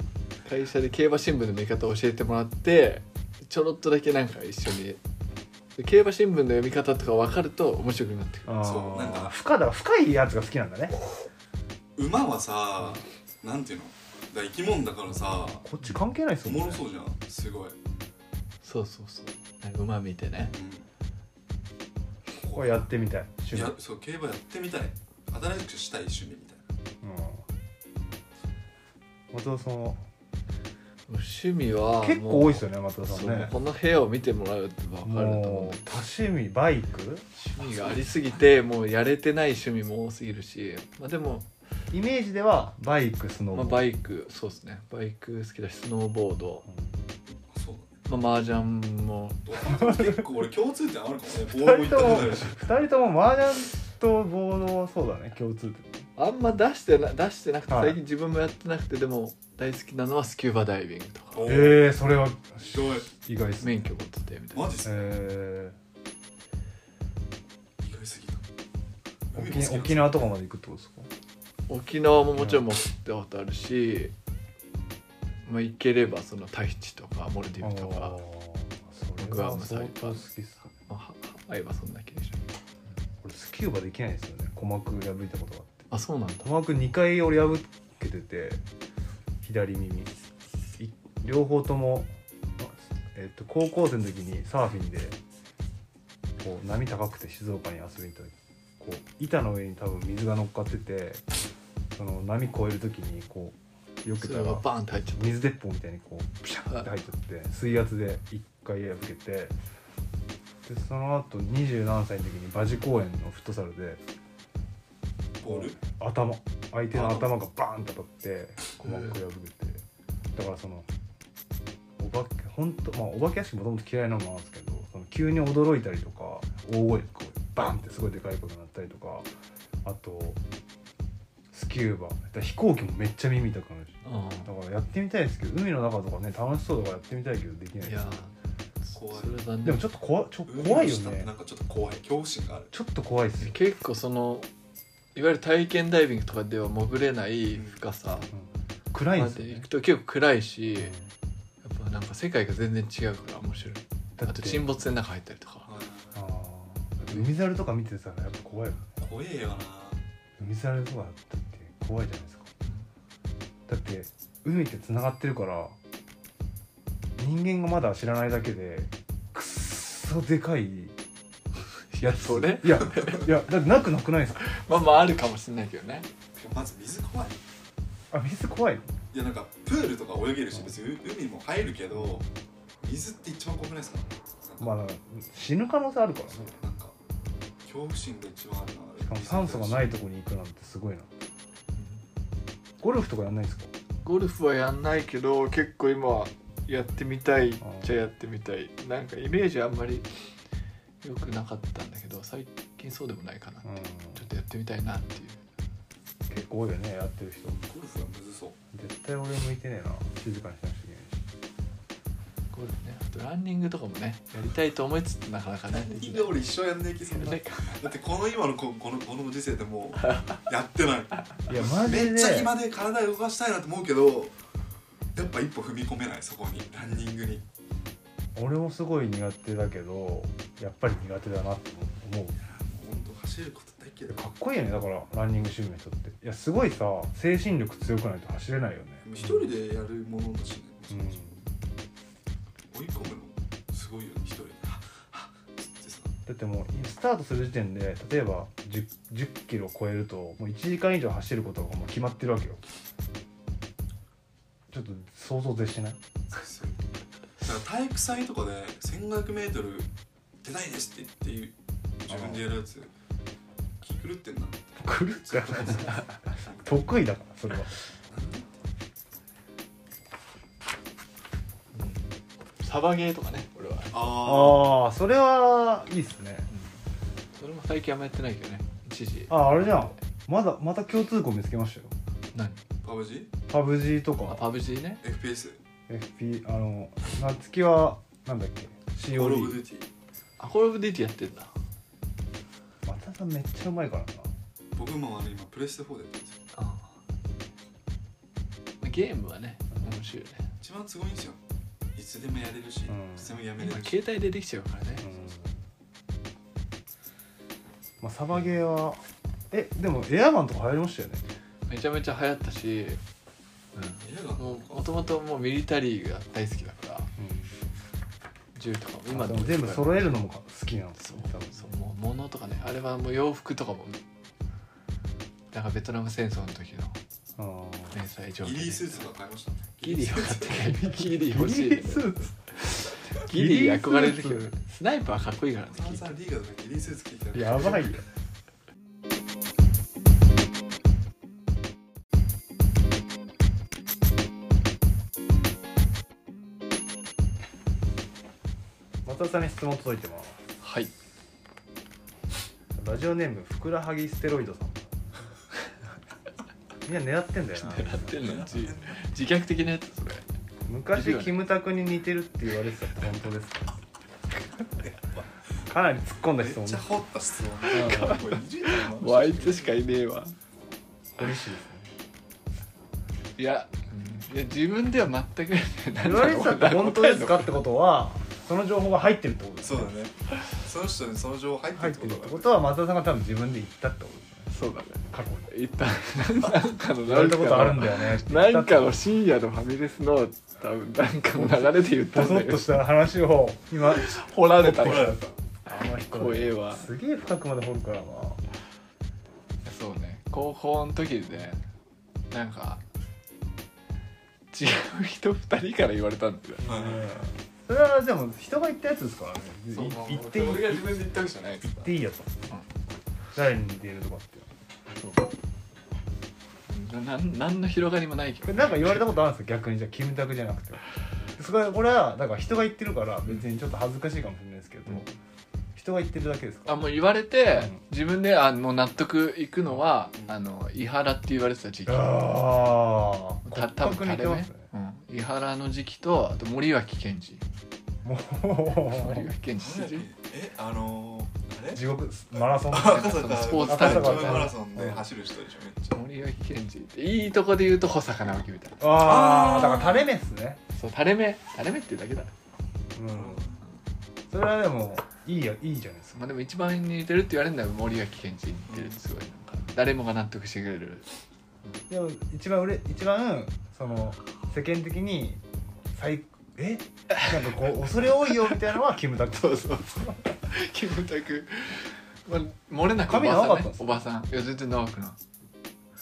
S4: 会社で競馬新聞の見方を教えてもらってちょろっとだけなんか一緒にで競馬新聞の読み方とか分かると面白くなってくる
S2: あ
S3: そうなん
S2: あ
S3: か
S2: 深だ深いやつが好きなんだね
S3: 馬はさなんていうのだから生き物だからさ
S2: こっち関係ないっす
S3: お
S2: もんね
S3: もろそうじゃんすごい、うん
S4: そうそうそうなんか馬見てね
S2: これやってみたい趣
S3: い
S2: 味
S3: やそう競馬やってみたい新しくしたい趣味みたい
S2: うん松田さんは
S4: 趣味は
S2: 結構多いっす
S4: よ
S2: よね松田さん
S4: そう
S2: ね
S4: この部屋を見てもらうと分かると思うん
S2: も
S4: だ
S2: う
S4: けど
S2: 多趣味バイク
S4: 趣味がありすぎてもうやれてない趣味も多すぎるし、まあ、でも、
S2: イメージではバイクスノ
S4: まあ、
S2: ボ
S4: バイクそうですねバイク好きだしスノーボード、
S3: なそう
S4: まあ、麻雀も
S3: だね結構俺共通点あ るかもねボールも行ったことあるし
S2: 2人とも麻雀とボードはそうだね共通点
S4: あんま出してな出してなくて
S2: はい
S4: 最近自分もやってなくてでも大好きなのはスキューバダイビングとか
S3: おー
S2: ええー、それは
S3: ひどい
S2: 意外っすね
S4: 免許持っててみたいな
S3: マジっすね
S2: え
S3: 意外すぎた
S2: ー、
S3: 海も好きなん
S2: 沖
S3: ですよ
S2: 沖縄とかまで行くってことですか
S4: 沖縄ももちろん持ったことあるし、まあ、行ければそのタヒチとかモルディブと
S2: あ
S4: か
S2: ーそれ
S4: 僕は
S2: は
S4: もう
S2: 相当好きっすね
S4: まあは会えばそんな気がしない
S2: 俺スキューバできないんですよね鼓膜破いたことがあって
S4: あそうなんだ
S2: 鼓膜2回俺破けてて左耳い両方とも、あえっと高校生の時にサーフィンでこう波高くて静岡に遊びに行った時こう板の上に多分水が乗っかっててその波越える時にこうよけ
S4: そ
S2: た
S4: れが
S2: ら
S4: バーンって入っちゃっ
S2: 水鉄砲みたいにこうピシャッて入っちゃって水圧で1回破けてでその後二十何歳の時に馬事公園のフットサルで
S3: ボール
S2: 頭相手の頭がバーンと当たって鼓膜破けてだからそのお化け本当まあお化け屋敷もともと嫌いなのもあるんですけどその急に驚いたりとか大声でこうバンってすごいでかいことになったりとかあとスキューバだから飛行機もめっちゃ耳痛くなるし。
S4: たう、
S2: だからやってみたいですけど海の中とかね楽しそうだからやってみたいけどできなんいで
S4: い
S2: す
S4: や
S3: 怖い
S4: それだね
S2: でもちょっと怖ちょ
S3: 海の
S2: 怖いよ
S3: 下って
S2: ね
S3: なんかちょっと怖い恐怖心がある
S2: ちょっと怖いっすよ、
S4: 結構そのいわゆる体験ダイビングとかでは潜れない深さ
S2: うん、暗いん
S4: ま
S2: ですよ
S4: で行
S2: ね
S4: くと結構暗いし
S2: うん
S4: やっぱなんか世界が全然違うから面白いあ
S2: だっ
S4: と
S2: て
S4: 沈没船の中入ったりとか
S3: あ
S2: あーだって海猿とか見てたらやっぱ怖いよね
S3: ー怖えよな
S2: 海猿とかだって怖いじゃないですかだって海ってつながってるから人間がまだ知らないだけでくっそでかい
S4: いやそれ
S2: いやいやだってなくなくないですか
S4: まあまああるかもしれないけどね
S3: まず水怖い
S2: あ水怖い
S3: いやなんかプールとか泳げるし別に海も入るけど水って一番怖くないですか
S2: まあ死ぬ可能性あるからね
S3: あなんか恐怖心が一番あるな
S2: しかも酸素がないいとこに行くなんてすごいなゴルフとかやんないんですか
S4: ゴルフはやんないけど結構今やってみたいっちゃやってみたいなんかイメージあんまり良くなかったんだけど最近そうでもないかな、
S2: うん
S4: ちょっとやってみたいなっていう
S2: 結構多いよねやってる人
S3: ゴルフはむずそう
S2: 絶対俺向いてねえな静かにしなくちゃいけないし
S4: ゴルフねあとランニングとかもねやりたいと思いつつなかなかねでき
S3: い
S4: ない
S3: や俺一生やんねえけ
S4: や
S3: どな
S4: れないか
S3: だってこの今のここのこのご時世でもうやってない
S2: いやマジで
S3: めっちゃ暇で体動かしたいなと思うけどやっぱ一歩踏み込めないそこにランニングに
S2: 俺もすごい苦手だけどやっぱり苦手だなって思う
S3: 本当走ることだけど
S2: かっこいいよねだからランニング趣味の人っていやすごいさ精神力強くないと走れないよね
S3: 一人でやるものだしね、
S2: うん
S3: 追い込むのすごいよね一人ではっはっつってさ
S2: だってもうスタートする時点で例えば 10, 10キロ超えるともう1時間以上走ることがもう決まってるわけよちょっと想像絶しない
S3: だから体育祭とかで 1500m 出ないですって言って自分でやるやつ気狂ってんな
S2: 狂っ
S3: ず
S2: て
S3: っと思ってた
S2: 得意だからそれは
S4: サバゲーとかね俺は、
S3: あ
S2: ああそれはいいっすね
S4: それも最近あんまやってないけどね一時
S2: ああれじゃんまだまた共通項見つけましたよ
S4: 何
S3: あパブ g
S2: パブ G と
S4: あ
S2: か
S4: パブ G ね
S3: FPS
S2: FP あの夏希はなんだっけ
S3: コールオブデ
S2: COD
S3: ューティー
S4: あコールオブデューティーやってんだ
S2: またさんめっちゃうまいからな
S3: 僕もあの今プレステ4でやってるんですよ
S4: あゲームはね面白いよね
S3: 一番すごいんですよいつでもやれるし、
S2: うん
S3: いつでもやめれ
S4: 今
S3: るし
S4: 携帯でできちゃうからね、
S2: うんまあサバゲーはえでもエアガンとか流行りましたよね
S4: めちゃめちゃ流行ったし、
S3: 部屋が
S4: も
S3: なん
S4: うも
S3: か
S4: ともともうミリタリーが大好きだから銃とかも
S2: 今
S4: 今
S2: で
S4: で
S2: も
S4: も
S2: 全部揃えるのも好きなんです
S4: そ
S2: よ
S4: う
S2: ね多分
S4: そうもう物とかねあれはもう洋服とかもなんかベトナム戦争の時の
S2: あ
S4: 連載上
S3: ギ
S4: で
S3: リースーツとか買いましたね
S4: ギリよかったけどギリ
S2: ー
S4: 欲しい
S2: ギリ
S4: よね
S2: スーツ
S4: ギリ憧れるけどスナイパーかっこいいからね
S3: サンサンリーガーとかギリースーツ着てきたら
S2: やばいよ松田さんに質問届いてます
S4: はい
S2: ラジオネームふくらはぎステロイ ドさんみんな狙ってんだよな
S4: 狙ってんの自自虐的なやつそれ
S2: 昔キムタクに似てるって言われてたって本当ですかかなり突っ込んだ質
S3: め
S2: 問
S3: っ
S2: で
S3: ち
S2: す
S3: ゃ掘った質問
S2: うん
S3: これ20代の
S4: もうあいつしかいねえわ
S2: 嬉しいですね
S4: いやいや自分では全く
S2: 言われてたって本当ですかってことはその情報が入ってるってことです
S3: そうだねその人にその情報入って
S2: 入
S3: るっ
S2: っててるって
S3: こ
S2: こととは松田さんが多分自分で言ったってことですね
S4: そうだね
S2: 過去に
S4: 一旦なんかの
S2: 言われたことあるんだ
S4: よ
S2: よねって言った
S4: なんかの深夜のファミレスの多分なんかの流れで言った
S2: ボ
S4: ん
S2: ソ
S4: だ
S2: ッ
S4: け
S2: と
S4: ど
S2: した話を今
S4: 掘られたね
S3: だほら
S2: あの人
S4: 怖えわ
S2: すげえ深くまで掘るからな
S4: そうね高校の時でねなんか違う人2人から言われたんだよ
S3: はい
S2: それはでも人が言ったやつですからねい
S4: そう
S2: 言っていい
S4: 俺
S2: 言
S4: が自分で言ったわけじゃないです
S2: っていいやつ誰に似てるとかって
S4: ななん何の広がりもないけ
S2: これ
S4: ど
S2: なんか言われたことあるんですよ逆にじゃあキムタクじゃなくてそれこれはだから人が言ってるから別にちょっと恥ずかしいかもしれないですけど、
S4: うん
S2: 一人が言ってるだけですか
S4: あもう言われて、
S2: うん
S4: 自分であもう納得いくのは、
S3: うん
S4: あの伊原って言われてた時期
S2: ああ
S4: た多分
S2: に
S4: あ
S2: 似
S4: れ
S2: てま
S4: ね
S2: すね
S4: うん、伊原の時期とあと森脇健児
S2: も
S4: 森
S2: う
S4: 脇健児知ってる
S3: えあのー、あれ
S2: 地獄マラソ ン
S3: 赤坂
S4: スポーツタレント
S3: 赤坂マラソンで走る人でしょめっちゃ
S4: 森脇健児っていいとこで言うと保坂直樹みたいな
S2: あ
S3: あ
S2: あ
S3: ー
S2: だから垂れ目っすね
S4: そう垂れ目垂れ目っていうだけだ
S2: うんそれはでもいいよいいじゃないですか
S4: まあでも一番似てるって言われるんだよ森脇健児に似てるってすごいなんか誰もが納得してくれる
S2: でも一番売れ一番その世間的に最えなんかこう恐れ多いよみたいなのはキ ムタク
S4: そうそうそう キムタク、まあ、漏れなくお
S2: 髪
S4: ばさ
S2: 長
S4: ん
S2: かったん
S4: ね
S2: です
S4: お
S2: か
S4: ばさんいや全然長くない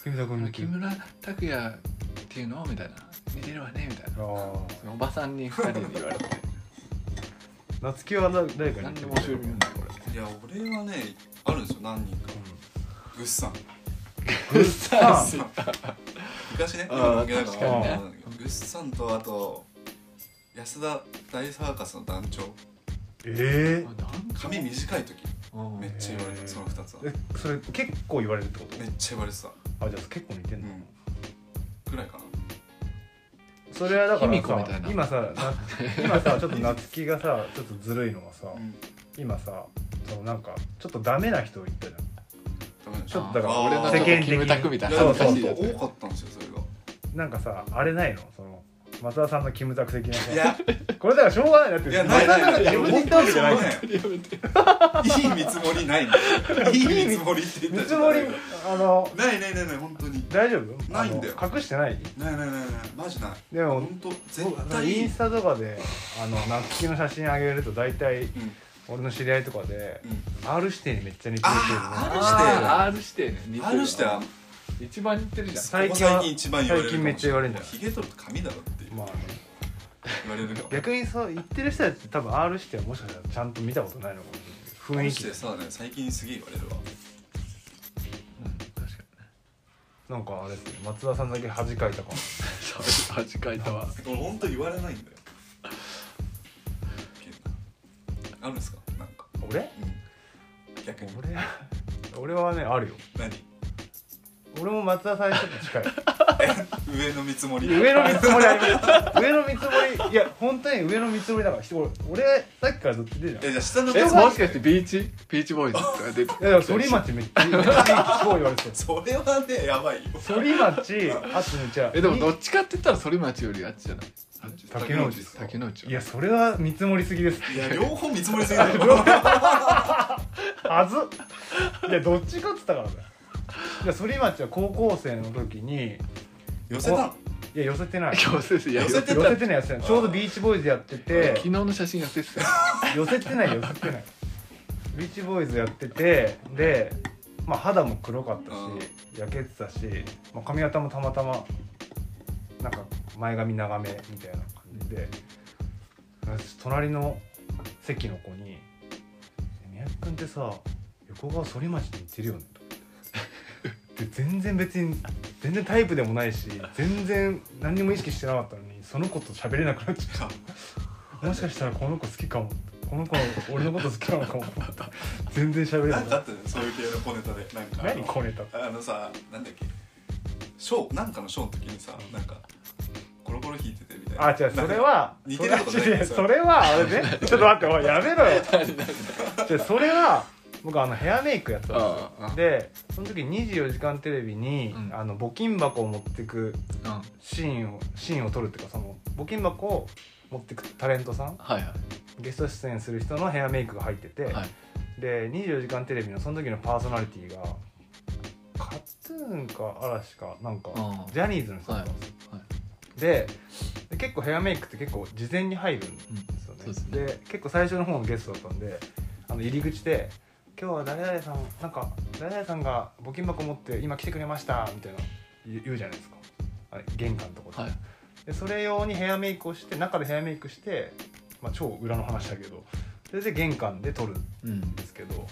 S2: キムタク
S4: この
S2: に
S4: 木村拓哉っていうのみたいな似てるわねみたいな
S2: ああ
S4: そのおばさんに2人に言われて
S2: 夏希はな誰かに
S4: 何
S2: 似
S4: で
S2: てる
S4: も面白いもんだよこ
S3: いや俺はねあるんですよ何人かグッサ ン
S2: グッサン
S3: 昔ね
S4: あー
S3: 今の芸能
S4: 確
S2: かに
S4: ね
S3: グッサンとあと安田大サーカスの団長
S2: え
S4: れなんか
S3: 髪短い時
S4: うん
S3: めっちゃ言われ
S2: へー
S3: たその2つは
S2: ーえそれ結構言われるってこと
S3: めっちゃ言われてた
S2: あじゃあ結構似てんの、
S3: うんくらいかな
S2: それはだから
S4: 卑弥呼みた
S2: さ
S4: いな
S2: 今 さな今さちょっと夏希がさちょっとずるいのがさ、
S3: うん
S2: 今さそのなんかちょっとダメな人言ったじ
S3: ダメでし
S2: ちょ
S3: ょ
S2: っとだから
S4: あー俺の
S3: 世間
S4: ち
S2: 的
S4: ょっと
S2: に
S4: キムタクみたい
S3: い
S4: な
S3: や
S4: 恥
S3: で
S4: ず
S3: も
S4: かしい
S3: ちょ
S4: やつ
S3: っと多かったんですよそれ
S2: ゃんなんかさあれないのその松田さんのキムタク的なさ
S3: がいや
S2: これだからしょうがないなって
S3: いやないないない
S2: 自分で言ったわけじゃないから
S3: いいい見積もりないんだよいい見積もりって言っ
S2: 見
S3: た
S2: 積
S3: じゃ
S2: も
S3: な
S2: り
S3: いから
S2: あの
S3: ないないないない本当に
S2: 大丈夫
S3: ないんだよ
S2: あの隠してない
S3: ないないないないマジない
S2: でも
S3: 本当
S2: 僕
S3: 絶対
S2: インスタとかであの夏希の写真あげると大体
S3: うんうん
S2: 俺の知り合いとかで R 指定にめっちゃ似てるっていうの
S3: あ
S2: が
S4: あー R してね似てるわ
S3: R しては
S4: 一番似てるじゃん
S2: 最近
S3: ここ
S2: は
S3: 最近一番言われる
S2: 最近めっちゃ言われるんじゃない
S3: ヒゲ取ると髪だろって
S2: まあね
S3: 言われるから
S2: 逆にそう言ってる人たちって多分 R 指定はもしかしたらちゃんと見たことないのかもしれない雰囲
S3: して
S2: 気
S3: さね最近すげえ言われるわ
S4: うん確かにね
S2: なんかあれですね松田さんだけ恥かいたかも
S4: そう恥かいたわ
S3: 俺本当言われない んだよあるんですかなんか
S2: 俺
S3: うん逆に
S2: 俺 俺はねあるよ
S3: 何
S2: 俺も松田さんにちょっと近い
S3: 上の見積もり
S2: いや上の見積もりあります上の見積もりいや本当に上の見積もりだから人俺俺さっきからずっと出てるじ
S3: えじゃあ下の
S4: え
S3: 見積も
S4: もしかしてビーチビーチボーイズとか出て
S2: ゃんいやでも反町めっちゃめっちゃすごい言われて
S3: りそれはねやばいよ
S2: た反町あとねじゃあ
S4: えでもど
S2: い
S4: っちかって言ったら反町よりあっちじゃない
S2: 竹之内です
S4: 竹之内
S2: いやそれは見積もりすぎです
S3: いや両方見積もりすぎだ よ
S2: はずいやどっちかっつったからだよいや反町は高校生の時に
S3: 寄せたの
S2: いや寄せてない寄
S4: 寄せてや
S3: 寄
S4: 寄せ
S3: せて
S4: て
S3: た
S2: せてない寄せてないちょうどビーチボーイズやってて
S4: 昨日の写真寄せてたよ
S2: 寄せてない寄せてないビーチボーイズやっててで、まあ、肌も黒かったし焼けてたし、まあ、髪型もたまたまなんか前髪長めみたいな感じで私隣の席の子に「宮城君ってさ横川反町に似てるよね」とか言ってで全然別に全然タイプでもないし全然何にも意識してなかったのにその子と喋れなくなっちゃった。 もしかしたらこの子好きかもこの子俺のこと好きなのかも全然喋れな
S3: なん
S2: い
S3: かあったねそういう系の小ネタでなんかあの
S2: 何小ネタ
S3: あのさなんだっけショーなんかのショーの時にさなんかコロコロ弾いててみたいな
S2: あ違うそれは
S3: 似てるとか
S2: そ
S3: ない
S2: れ
S3: です よ
S2: それはあれねちょっと待っておいやめろよじゃそれは僕あのヘアメイクやってたんです
S4: ああ
S2: よでその時『24時間テレビに』
S4: うん
S2: あの募金箱を持ってく
S4: うんはい
S2: シーンをシーンを撮るっていうかその募金箱を持ってくタレントさん
S4: はい
S2: ゲスト出演する人のヘアメイクが入ってて、
S4: はい
S2: で『24時間テレビ』のその時のパーソナリティがカトゥーンか嵐かなんか
S4: うん
S2: ジャニーズの人だったんですよ、
S4: はいは
S2: でで結構ヘアメイクって結構事前に入るんですよね,、
S4: うんそうですね
S2: で結構最初の方のゲストだったんであの入り口で「今日は誰々さんなんか誰々さんが募金箱持って今来てくれました」みたいな言う言うじゃないですかあれ玄関のとこで,、
S4: はい
S2: でそれ用にヘアメイクをして中でヘアメイクして、まあ、超裏の話だけどそれで玄関で撮る
S4: うん
S2: ですけど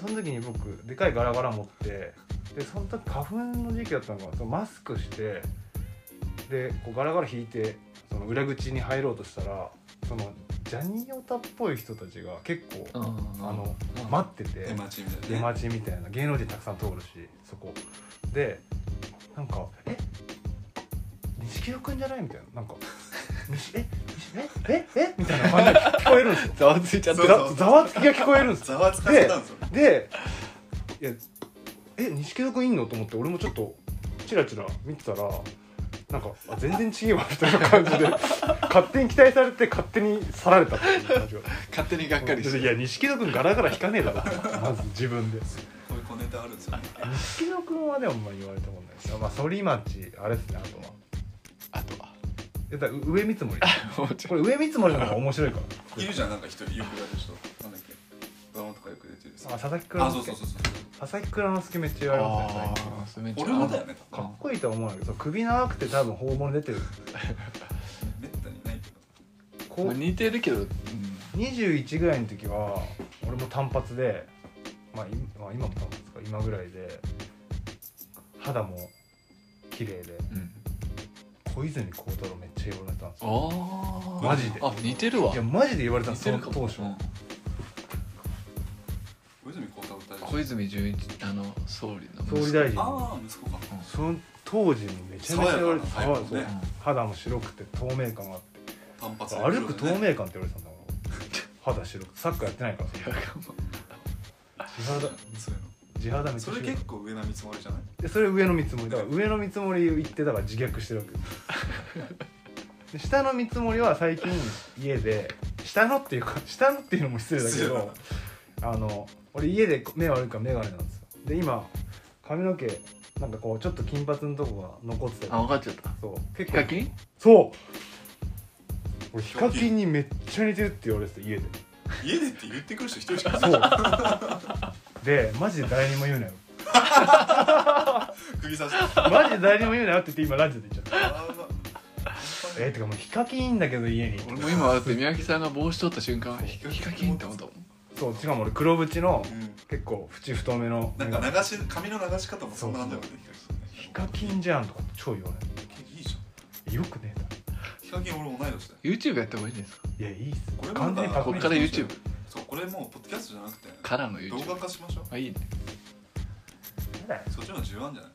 S2: その時に僕でかいガラガラ持ってでその時花粉の時期だったのかなそのマスクしてでこうガラガラ引いてその裏口に入ろうとしたらそのジャニーオタっぽい人たちが結構、
S4: うんうん
S2: あの
S4: うん
S2: 待ってて
S3: 出待ちみたい
S2: 出
S3: なね
S2: 待ちみたいな芸能人たくさん通るしそこでなんか「え錦戸くんじゃない?」みたいななんか「錦えええええみたいな感じが聞こえるんですよ
S4: ざわついちゃった
S3: そうそう
S2: ざざわつきが聞こえるんですよ
S3: ざわつかせたんですよ
S2: でいやえ錦戸くんいんのと思って俺もちょっとチラチラ見てたらなんかあ全然違うわみたいな感じで勝手に期待されて勝手に去られたっていう感じが
S4: 勝手にがっかりして
S2: いや錦戸くんガラガラ引かねえだろまず自分で
S3: こういう小ネタあるんですよね
S2: 錦戸くんはでもあんまり言われたことないですまあ反町あれですねあとは
S4: あとは
S2: えだから上見積もり
S4: もうちょ
S2: これ上見積もりの方が面白いか
S3: いるじゃんなんか一人有名な人なんだっけドラマとかよく出てる
S2: らあ佐々木
S3: あ
S2: 蔵
S3: そう
S2: 之
S3: そう
S2: 介
S3: そうそう
S2: 佐々木蔵之介めっちゃ言われますね最近
S4: ああめっちゃ
S3: 俺もだよね多
S2: かっこいいとは思わないけど首長くて多分肛門出てる
S3: 分めったにないけど
S2: こ
S4: まあ
S2: う
S4: 似てるけど、うん、
S2: 21ぐらいの時は俺も単発で、まあ、いまあ今も単発か今ぐらいで肌も綺麗で
S4: うん、
S2: 小泉孝太郎めっちゃ言われたんですよ
S4: ああ
S2: マジで
S4: あ似てるわ
S2: いやマジで言われたん
S4: 似
S2: です
S4: て
S2: その
S4: るか
S2: 当
S4: も
S2: 初、
S4: うん
S3: 小泉孝太郎大
S4: 小
S3: 臣
S4: 泉純一あの総理の
S2: 総理大臣
S3: ああ息子か
S2: その当時にめちゃめちゃ言われて
S3: 爽やかな
S2: そう
S3: ね
S2: 肌も白くて透明感があって
S3: 単発で
S2: 歩く透明感って言われてたんだから肌白くサッカーやってないから
S4: うん
S2: 自肌
S3: そういうの
S2: 地肌めっち
S3: そ
S2: ゃ
S3: れ
S2: 白い
S3: 結構上な見積もりじゃない
S2: でそれ上の見積もりだから上の見積もり行ってだから自虐してるわけですで下の見積もりは最近家で下のっていうか下のっていうのも失礼だけ
S3: 失礼だ
S2: どあの俺家で目悪いから眼鏡なんですよで今髪の毛なんかこうちょっと金髪のとこが残ってた
S4: あ
S2: り
S4: 分かっちゃった
S2: そう
S4: ヒ
S2: 結
S4: カ
S2: 構
S4: キン
S2: そう俺ヒカキンにめっちゃ似てるって言われてた 家で
S3: 家でって言ってくる人一人しかいない
S2: そうでマジで誰にも言うなよ
S3: 釘刺して
S2: マジで誰にも言うなよって言って今ラジオで言っちゃった
S3: あーまあ
S2: えー、てかもうヒカキンいんだけど家に
S4: 俺も今だって宮城さんが帽子取った瞬間ヒカキンって思ったもん
S2: そうしかも俺黒縁の
S3: うん
S2: 結構縁太めの
S3: なんか流し髪の流し方もそんななんだよね
S2: ヒカキンじゃんとか超言われ
S3: ヒカキンいいじゃ
S2: るよくねえだろ
S3: んヒカキン俺同い年だよ
S4: YouTube やった方がいいんじゃないですか
S2: いやいいっす
S3: これも
S2: 完全にパク
S4: こ
S2: リ
S4: っ
S2: し
S4: か
S2: て
S4: ら
S2: る
S4: YouTube
S3: そうこれもうポッドキャストじゃなくて
S4: からの YouTube
S3: 動画化しましょう
S4: あいいね
S2: やだよ
S3: そっちの方が重要なんじゃない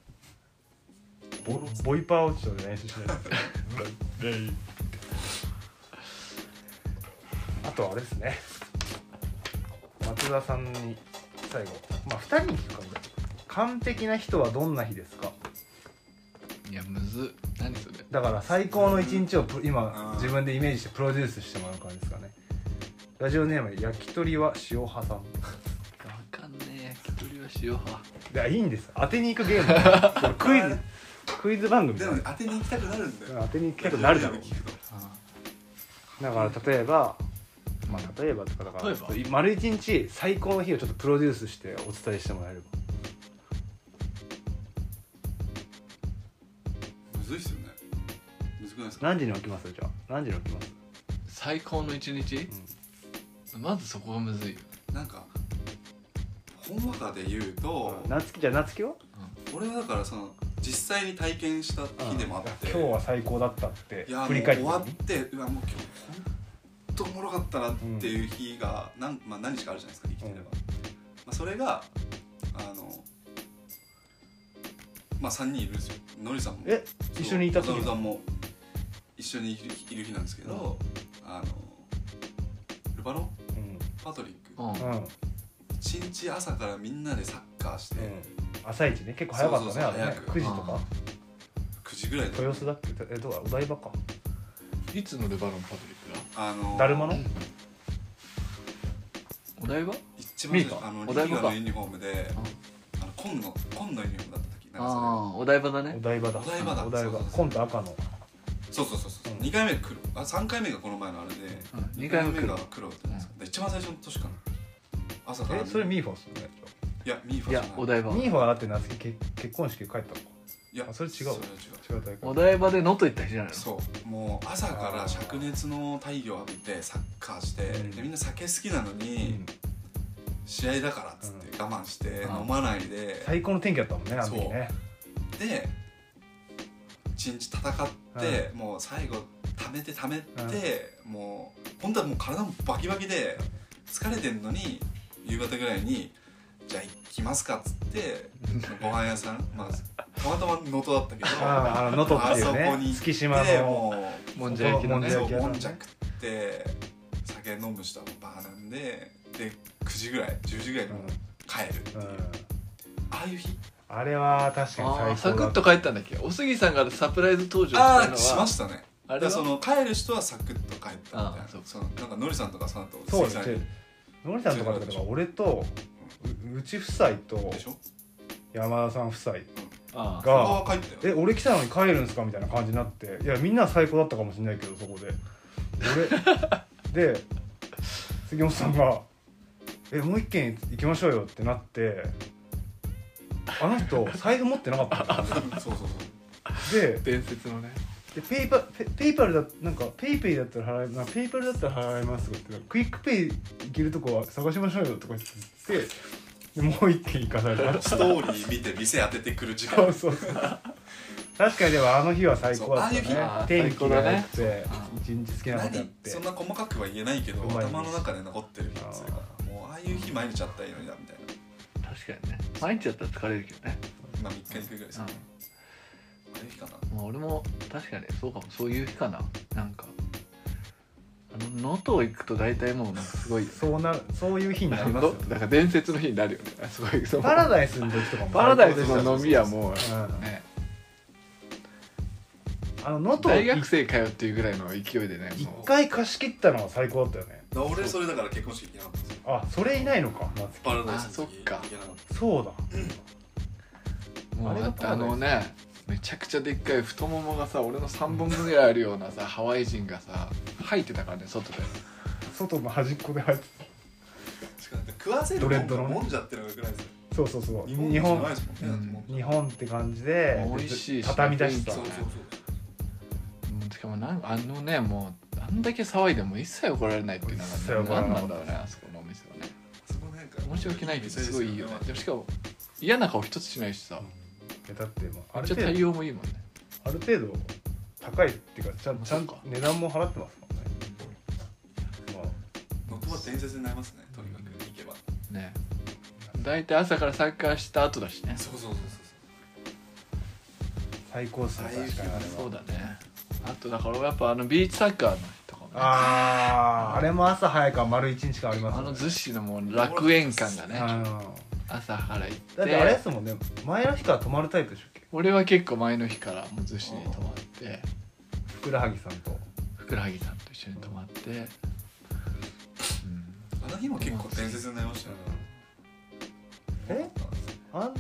S2: ボボイパー落ちたで練習しないと あとはあれですね松田さんに最後まあ2人に聞くかも完璧な人はどんな日ですか
S4: いやむずっ何それ
S2: だから最高の一日をプ今
S3: うん
S2: 自分でイメージしてプロデュースしてもらう感じですかねラジオネーム焼き鳥は塩派さん
S4: わかんねえ焼き鳥は塩派
S2: いやいいんです当てに行くゲー ムこれクイズクイズ番組
S3: で
S2: だか
S3: も
S2: ら
S3: ね当てに行きたくなるんだよ
S2: 当てに行くけどなるだろう
S3: 聞くと
S2: だから例えばまあ例えばとかだから
S4: 例えば
S2: そう丸一日最高の日をちょっとプロデュースしてお伝えしてもらえれば
S3: むずいっすよねむずくないですか
S2: 何時に起きますじゃあ何時に起きます、
S4: 最高の一日まずそこがむずいよ
S3: なんかほんわかで言うと
S2: うん、夏希じゃあ夏希は
S3: 俺はだからその実際に体験した日でもあって
S2: 今日は最高だったって
S3: いやも
S2: 振
S3: う
S2: り返っ
S3: 終
S2: て
S3: わってうわもう今日ほんとおもろかったなっていう日が、なんまあ、何日かあるじゃないですか生きてれば、
S2: うん
S3: まあ、それがあのまあ3人いるんですよのりさんも
S2: え
S3: そう
S2: 一緒にいた時
S3: のりさんも一緒にいるいる日なんですけど、あのルバロン
S2: う
S3: パトリック、
S4: うん
S2: ん、うん
S3: 一日朝からみんなでサッカーして、
S2: 朝一ね結構早かった
S3: そう
S2: ね
S3: そう
S2: あ
S3: そう
S2: れね
S3: 早く
S2: 9時とか
S3: 9時ぐらいで
S2: 豊洲だっけえどうだお台場か
S4: いつのレバロンパトリックだ
S3: あの
S2: だるまの
S4: お台場
S3: 一番最
S2: 見え
S3: 初
S2: た
S3: あの
S4: お
S3: リ
S4: 台
S3: ー
S4: 場
S3: ガ
S4: か
S3: のユニフォームであの紺の紺のユニフォームだった時なんかそれ
S4: ああお台場だね
S2: お台場だ
S3: お台場だ
S2: うんお台
S3: そう
S2: 場
S3: そうそう
S2: 今度赤の
S3: そうそうそうそう、
S2: うん
S3: 2回目黒あ3回目がこの前のあれで、
S4: うん二回目
S3: 二
S4: 黒
S3: が黒だったんですか、で一番最初の年かな朝から
S2: えそれミーフォーっすよね
S3: いやミーファ
S4: いやお台場
S2: ミーフォーはだって夏希結結婚式で帰ったのか
S3: いや
S2: あそれ違う
S3: それは違
S2: 違う大会
S4: お台場で能登行った日じゃないうの
S3: そうもう朝から灼熱の太陽浴びてサッカーして、
S2: うん
S3: でみんな酒好きなのに、
S2: うん
S3: 試合だからっつって我慢して、
S4: うん
S3: 飲まないで、
S2: 最高の天気だったもんねあの時ね
S3: で一日戦って、もう最後貯めて貯めて、もう本当はもう体もバキバキで疲れてんのに夕方ぐらいに「じゃあ行きますか」っつってご飯屋さん、まあ、たまたま能登だったけど
S2: あああの能登っていう
S3: あそこ
S2: ね
S3: に行って
S2: 月島の
S3: もう
S4: もんじゃ焼きのね
S3: そう
S2: 焼き屋さんね
S3: もんじゃ食って酒飲む人はバーなんでで9時ぐらい10時ぐらいにもう帰るっていう、
S2: うん
S3: ああいう日
S2: あれは確かに
S4: ああ
S2: 最
S4: サク
S2: 高だ
S4: ッ
S2: った
S4: と帰ったんだっけおすぎさんがサプライズ登場した
S3: あ
S4: の
S3: あ
S4: は
S3: しましたね
S4: あれ
S3: だか
S4: は
S3: らその帰る人はサクッと帰ったみたい
S4: あ
S3: な
S4: あそう
S3: そのなんかノリさんとかさんと
S2: そう
S3: 鈴木さん
S2: でのりさんとかだったから俺とううち夫妻と
S3: でしょ
S2: 山田さん夫妻
S4: ああ
S2: が
S3: ああ帰った
S2: え
S3: よ
S2: 俺来たのに帰るんですかみたいな感じになっていやみんなは最高だったかもしれないけどそこで俺で杉本さんが「えもう一軒行きましょうよ」ってなってあの人財布持ってなかったんだよね
S3: そうそうそう
S2: で
S4: 伝説のね
S2: でペイパペペイパルだなんかペイペイだったら払えなペイパルだったら払えますとか言ってクイックペイ行けるとこは探しましょうよとか言ってでもう一軒行かされ た
S3: ストーリー見て店当ててくる時
S2: そう
S3: 間
S2: そうそう確かにでもあの日は最高だったね
S3: そう
S4: ああいう日
S2: 天気が良くて
S4: 最高だね
S2: 一日好きなことやっ
S3: 何
S2: て
S3: そんな細かくは言えないけど
S2: うまい
S3: 頭の中で残ってる日っていうか
S2: あ
S3: もうああいう日毎日あったらいいのになみたいな
S4: 確かにね毎日やったら疲れるけどね、
S3: まあ3日に行くぐらいですねああいう日かな
S4: うん、まあ俺も確かにそうかもそういう日かななんかあの能登行くと大体もうなんかすごいよね
S2: そうなるそういう日になりますよ
S4: のだから伝説の日になるよねすごいその
S2: パラダイスの時とかも
S4: パラダイス
S2: 最高でした
S4: の飲み屋も
S2: うん
S4: ね
S2: あの能登
S4: 大学
S2: 一
S4: 生かよっていうぐらいの勢いでねもう
S2: 回貸し切ったのは最高だったよね
S3: だから俺それだから結婚式行けなかったんですよ
S2: あそれいないのか夏
S3: パラダイスの時
S4: あそっ
S3: 行け
S4: か
S3: なかった
S2: 希そうだ
S4: も
S2: あ
S4: う
S2: れ
S4: だ
S2: が
S4: ってあのねめちゃくちゃでっかい太ももがさ俺の3本分ぐらいあるようなさハワイ人がさ吐いてたからね外で
S2: 外の端っこで入って
S3: しかも食わせる
S2: ドレッドのね
S3: もんじゃってのがぐらいですよ
S2: そうそうそう
S3: 日
S2: 日
S3: 本
S2: 本
S3: じ
S2: 日
S3: ゃない
S2: 本
S3: ですもんね
S4: う
S3: だ
S4: ん
S3: ってもう
S2: って感じで
S4: 美味しいし
S2: 畳み出し
S3: そ
S2: た
S3: うそう
S4: うんしかもなんあのねもうあんだけ騒いでも一切怒られないっていうの
S2: 一切
S4: が、ね、
S2: 怒られ
S4: 何
S2: な
S4: な
S2: か
S4: ん
S2: った
S4: だろうねあそこのお店はね
S3: そうそこなんか
S4: 申し訳ないけどすごいいいよねでもしかも嫌な顔一つしないしさ
S2: えだってもう
S4: め
S2: あ
S4: っ
S2: る
S4: ちゃ
S2: 程
S4: 対
S2: 度
S4: 応もいいもんね
S2: ある程度高いっていうかちゃん
S4: まあ
S2: ちゃん
S4: そ
S2: と
S4: うか
S2: 値段も払ってますからねまあ
S3: 能登は伝説になりますねとにかく行けば
S4: ね大体朝からサッカーした後だしね
S3: そうそうそう
S2: 最高っすね
S3: 最高
S2: 確かにあれ
S4: そう
S2: は
S4: だねあとだからやっぱあのビーチサッカーのとかもね
S2: あーあれも朝早いから丸一日間あります
S4: あ
S2: よね
S4: の逗子のもう楽園感が
S2: あ
S4: ね
S2: の
S4: 朝から行って
S2: だってあれですもんね前の日から泊まるタイプでしょっけ
S4: 俺は結構前の日からもう逗子に泊まって
S2: ふくらはぎさんと
S4: ふくらはぎさんと一緒に泊まって、うん、
S3: そうあの日も結構伝説になりましたよ
S2: え
S3: ね
S2: あん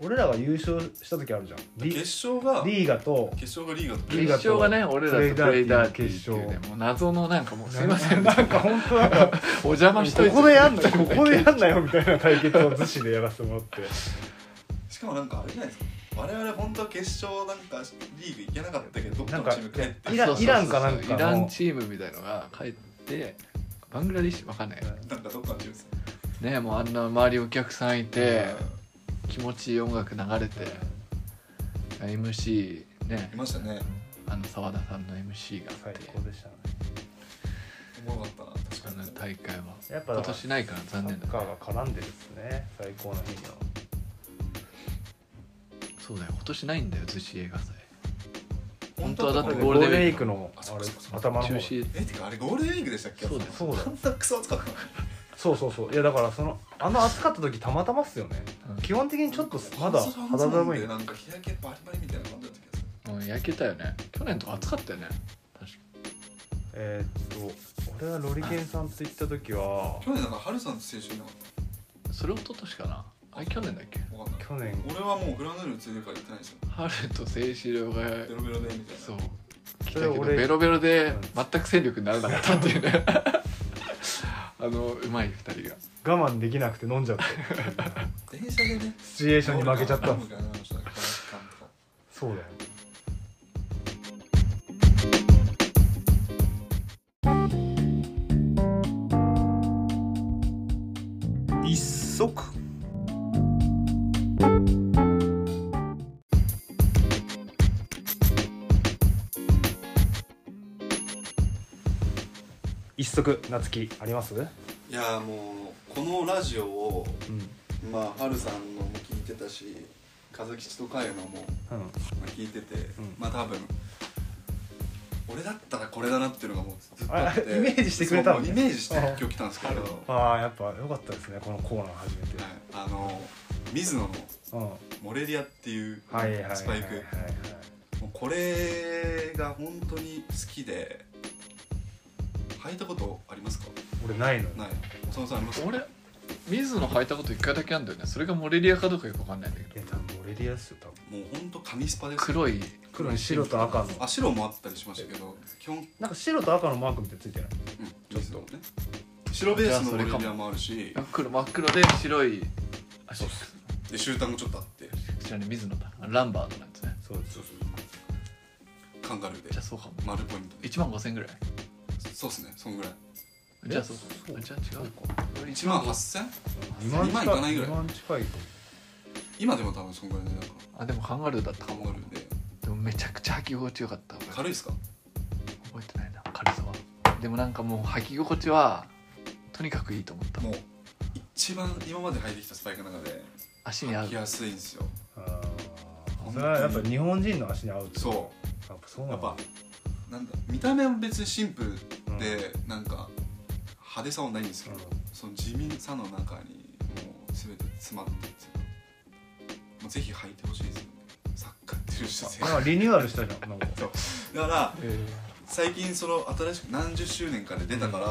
S2: 俺らが優勝した時あるじゃんリ
S3: 決勝が
S2: リーガと
S3: 決勝がリーガと
S2: リ
S4: 決
S2: ーガ
S4: 勝がね俺らとプレイダーティーっていう
S2: プレイダーティー決
S4: ねもう謎のなんかもうすいません
S2: なんか本当なんか
S4: お邪魔しといて
S2: ここでやんなここでやんなよみたいな対決を逗子でやらせてもらって
S3: しかもなんかあれじゃないですか我々本当は決勝なんかリーグ行けなかったけどどっか
S2: なん
S3: の
S2: か
S3: チーム帰って
S2: イランイランかなんかの
S4: イランチームみたいのが帰ってバングラディッシュわかんない
S3: なんかどっかのチームです
S4: ねもうあんな周りお客さんいて気持ちいい音楽流れて MC ね
S3: いましたね
S4: あの澤田さんの MC があっ
S2: 最
S4: て
S2: 高でしたね
S3: おもろかったな確か
S4: あの
S3: に
S4: 大会は
S2: やっぱ
S4: 今年ないから
S2: サ
S4: 残念
S2: ッ
S4: だね
S2: カーが絡んでるっすね最高な日には
S4: そうだよ今年ないんだよ逗子映画祭
S3: 本
S4: 当はだって
S2: ゴ
S4: ゴ
S2: ー
S4: ール
S2: ル
S4: デ
S2: デンウィー
S4: ンウィーク
S2: クのあれ
S3: あ
S2: 頭の
S4: 中
S2: 方
S4: 止
S3: えてかあれゴールデンウィークでしたっけ
S4: そうだよ
S2: そうだよ
S3: あんなクソ暑かったの
S2: そうそうそういやだからそのあの暑かった時たまたまっすよね
S4: うん
S2: 基本的にちょっとまだ肌寒い
S3: なんか日焼けバリバリみたいな感じだったけど
S4: うん焼けたよね去年とか暑かったよね確か
S2: えーっと俺はロリケンさんと行った時は
S3: 去年なんか春さんと青春いなかっ
S4: それ一昨年かなあれ去年だっけ
S3: たわかんない
S2: 去年
S3: 俺はもうグラヌール連れてるから行ってないんですよ
S4: 春と清志郎が
S3: ベロベロでみたいな
S4: そう
S2: そ
S4: 来たけ
S2: れ
S4: ど
S2: 俺
S4: ベロベロで全く戦力にならなかったっていうねあのうまい二人が
S2: 我慢できなくて飲んじゃって
S3: 電車でね
S2: シチュエーションに負けちゃったん
S3: ん
S2: ですそうだよ
S1: 一足
S2: 一足夏樹ありますうん
S3: いやーもうこのラジオをまあ春さんのも聞いてたし和吉と佳代のも
S2: うん
S3: まあ聞いてて、
S2: ん
S3: まあ多分俺だったらこれだなっていうのがもうずっとあって
S2: あイメージしてくれたのね
S3: そうもうイメージして
S2: あ
S3: 今日来たんですけど、はい、
S2: ああやっぱ良かったですねこのコーナー初めて、
S3: あの水野の
S2: うん
S3: モレリアっていう
S2: はいはいはいはい
S3: スパイク、
S2: はい
S3: もうこれが本当に好きで履いたことありますか
S2: 俺ないのよ
S3: ないそのさんあります
S4: 俺水野履いたこと一回だけあんだよねそれがモレリアかどうかよくわかんないんだけど
S2: え多分俺リアっすよ多分
S3: もう本当紙スパです
S4: 黒い
S2: 黒に白と赤の
S3: あ白もあったりしましたけど基本、うん、
S2: なんか白と赤のマークみたいについてない
S3: ちょっとね白ベースのモレリアもあるし
S4: 黒真っ黒で白いあそう
S3: で終端もちょっとあって
S4: 知らね水野だランバーとかやつね
S2: そうです
S3: そうそうカンガルーで
S4: じゃあそうかも
S3: 丸ポイントで
S4: 1万5000円ぐらい
S3: そうっすねそんぐらい
S4: じゃあそうか
S2: そう
S4: もじゃあ違う俺
S3: 1万
S4: 5000
S3: 8000
S2: 2万
S3: 二万い
S2: 近
S3: かないぐらい
S2: 2万近いと
S3: 今でも多分そんぐらいでなんか
S4: あでもカンガルーだった
S3: カ
S4: か
S3: ン
S4: も
S3: ガルーで
S4: でもめちゃくちゃ履き心地よかった俺
S3: 軽いっすか
S4: 覚えてないな軽さはでもなんかもう履き心地はとにかくいいと思った
S3: もう一番今まで履いてきたスパイクの中で
S4: 足に合
S3: 履
S4: う
S3: きやすいんですよ
S2: あ
S3: 当
S2: あ
S3: に
S2: それはやっぱ日本人の足に合うってい
S3: そ
S2: やっぱそう
S3: う
S2: な
S3: や
S2: ん
S3: っ
S2: だ
S3: ぱなんだ見た目も別にシンプル
S2: うん
S3: でなんか派手さはないんですけど
S2: う
S3: その地味さの中にもう全て詰まってるんですよもうぜひ履いてほしいですよねサッカーやってる人
S2: んなんかリニューアルしたじゃんなんか
S3: だから
S4: え
S3: 最近その新しく何十周年かで出たから、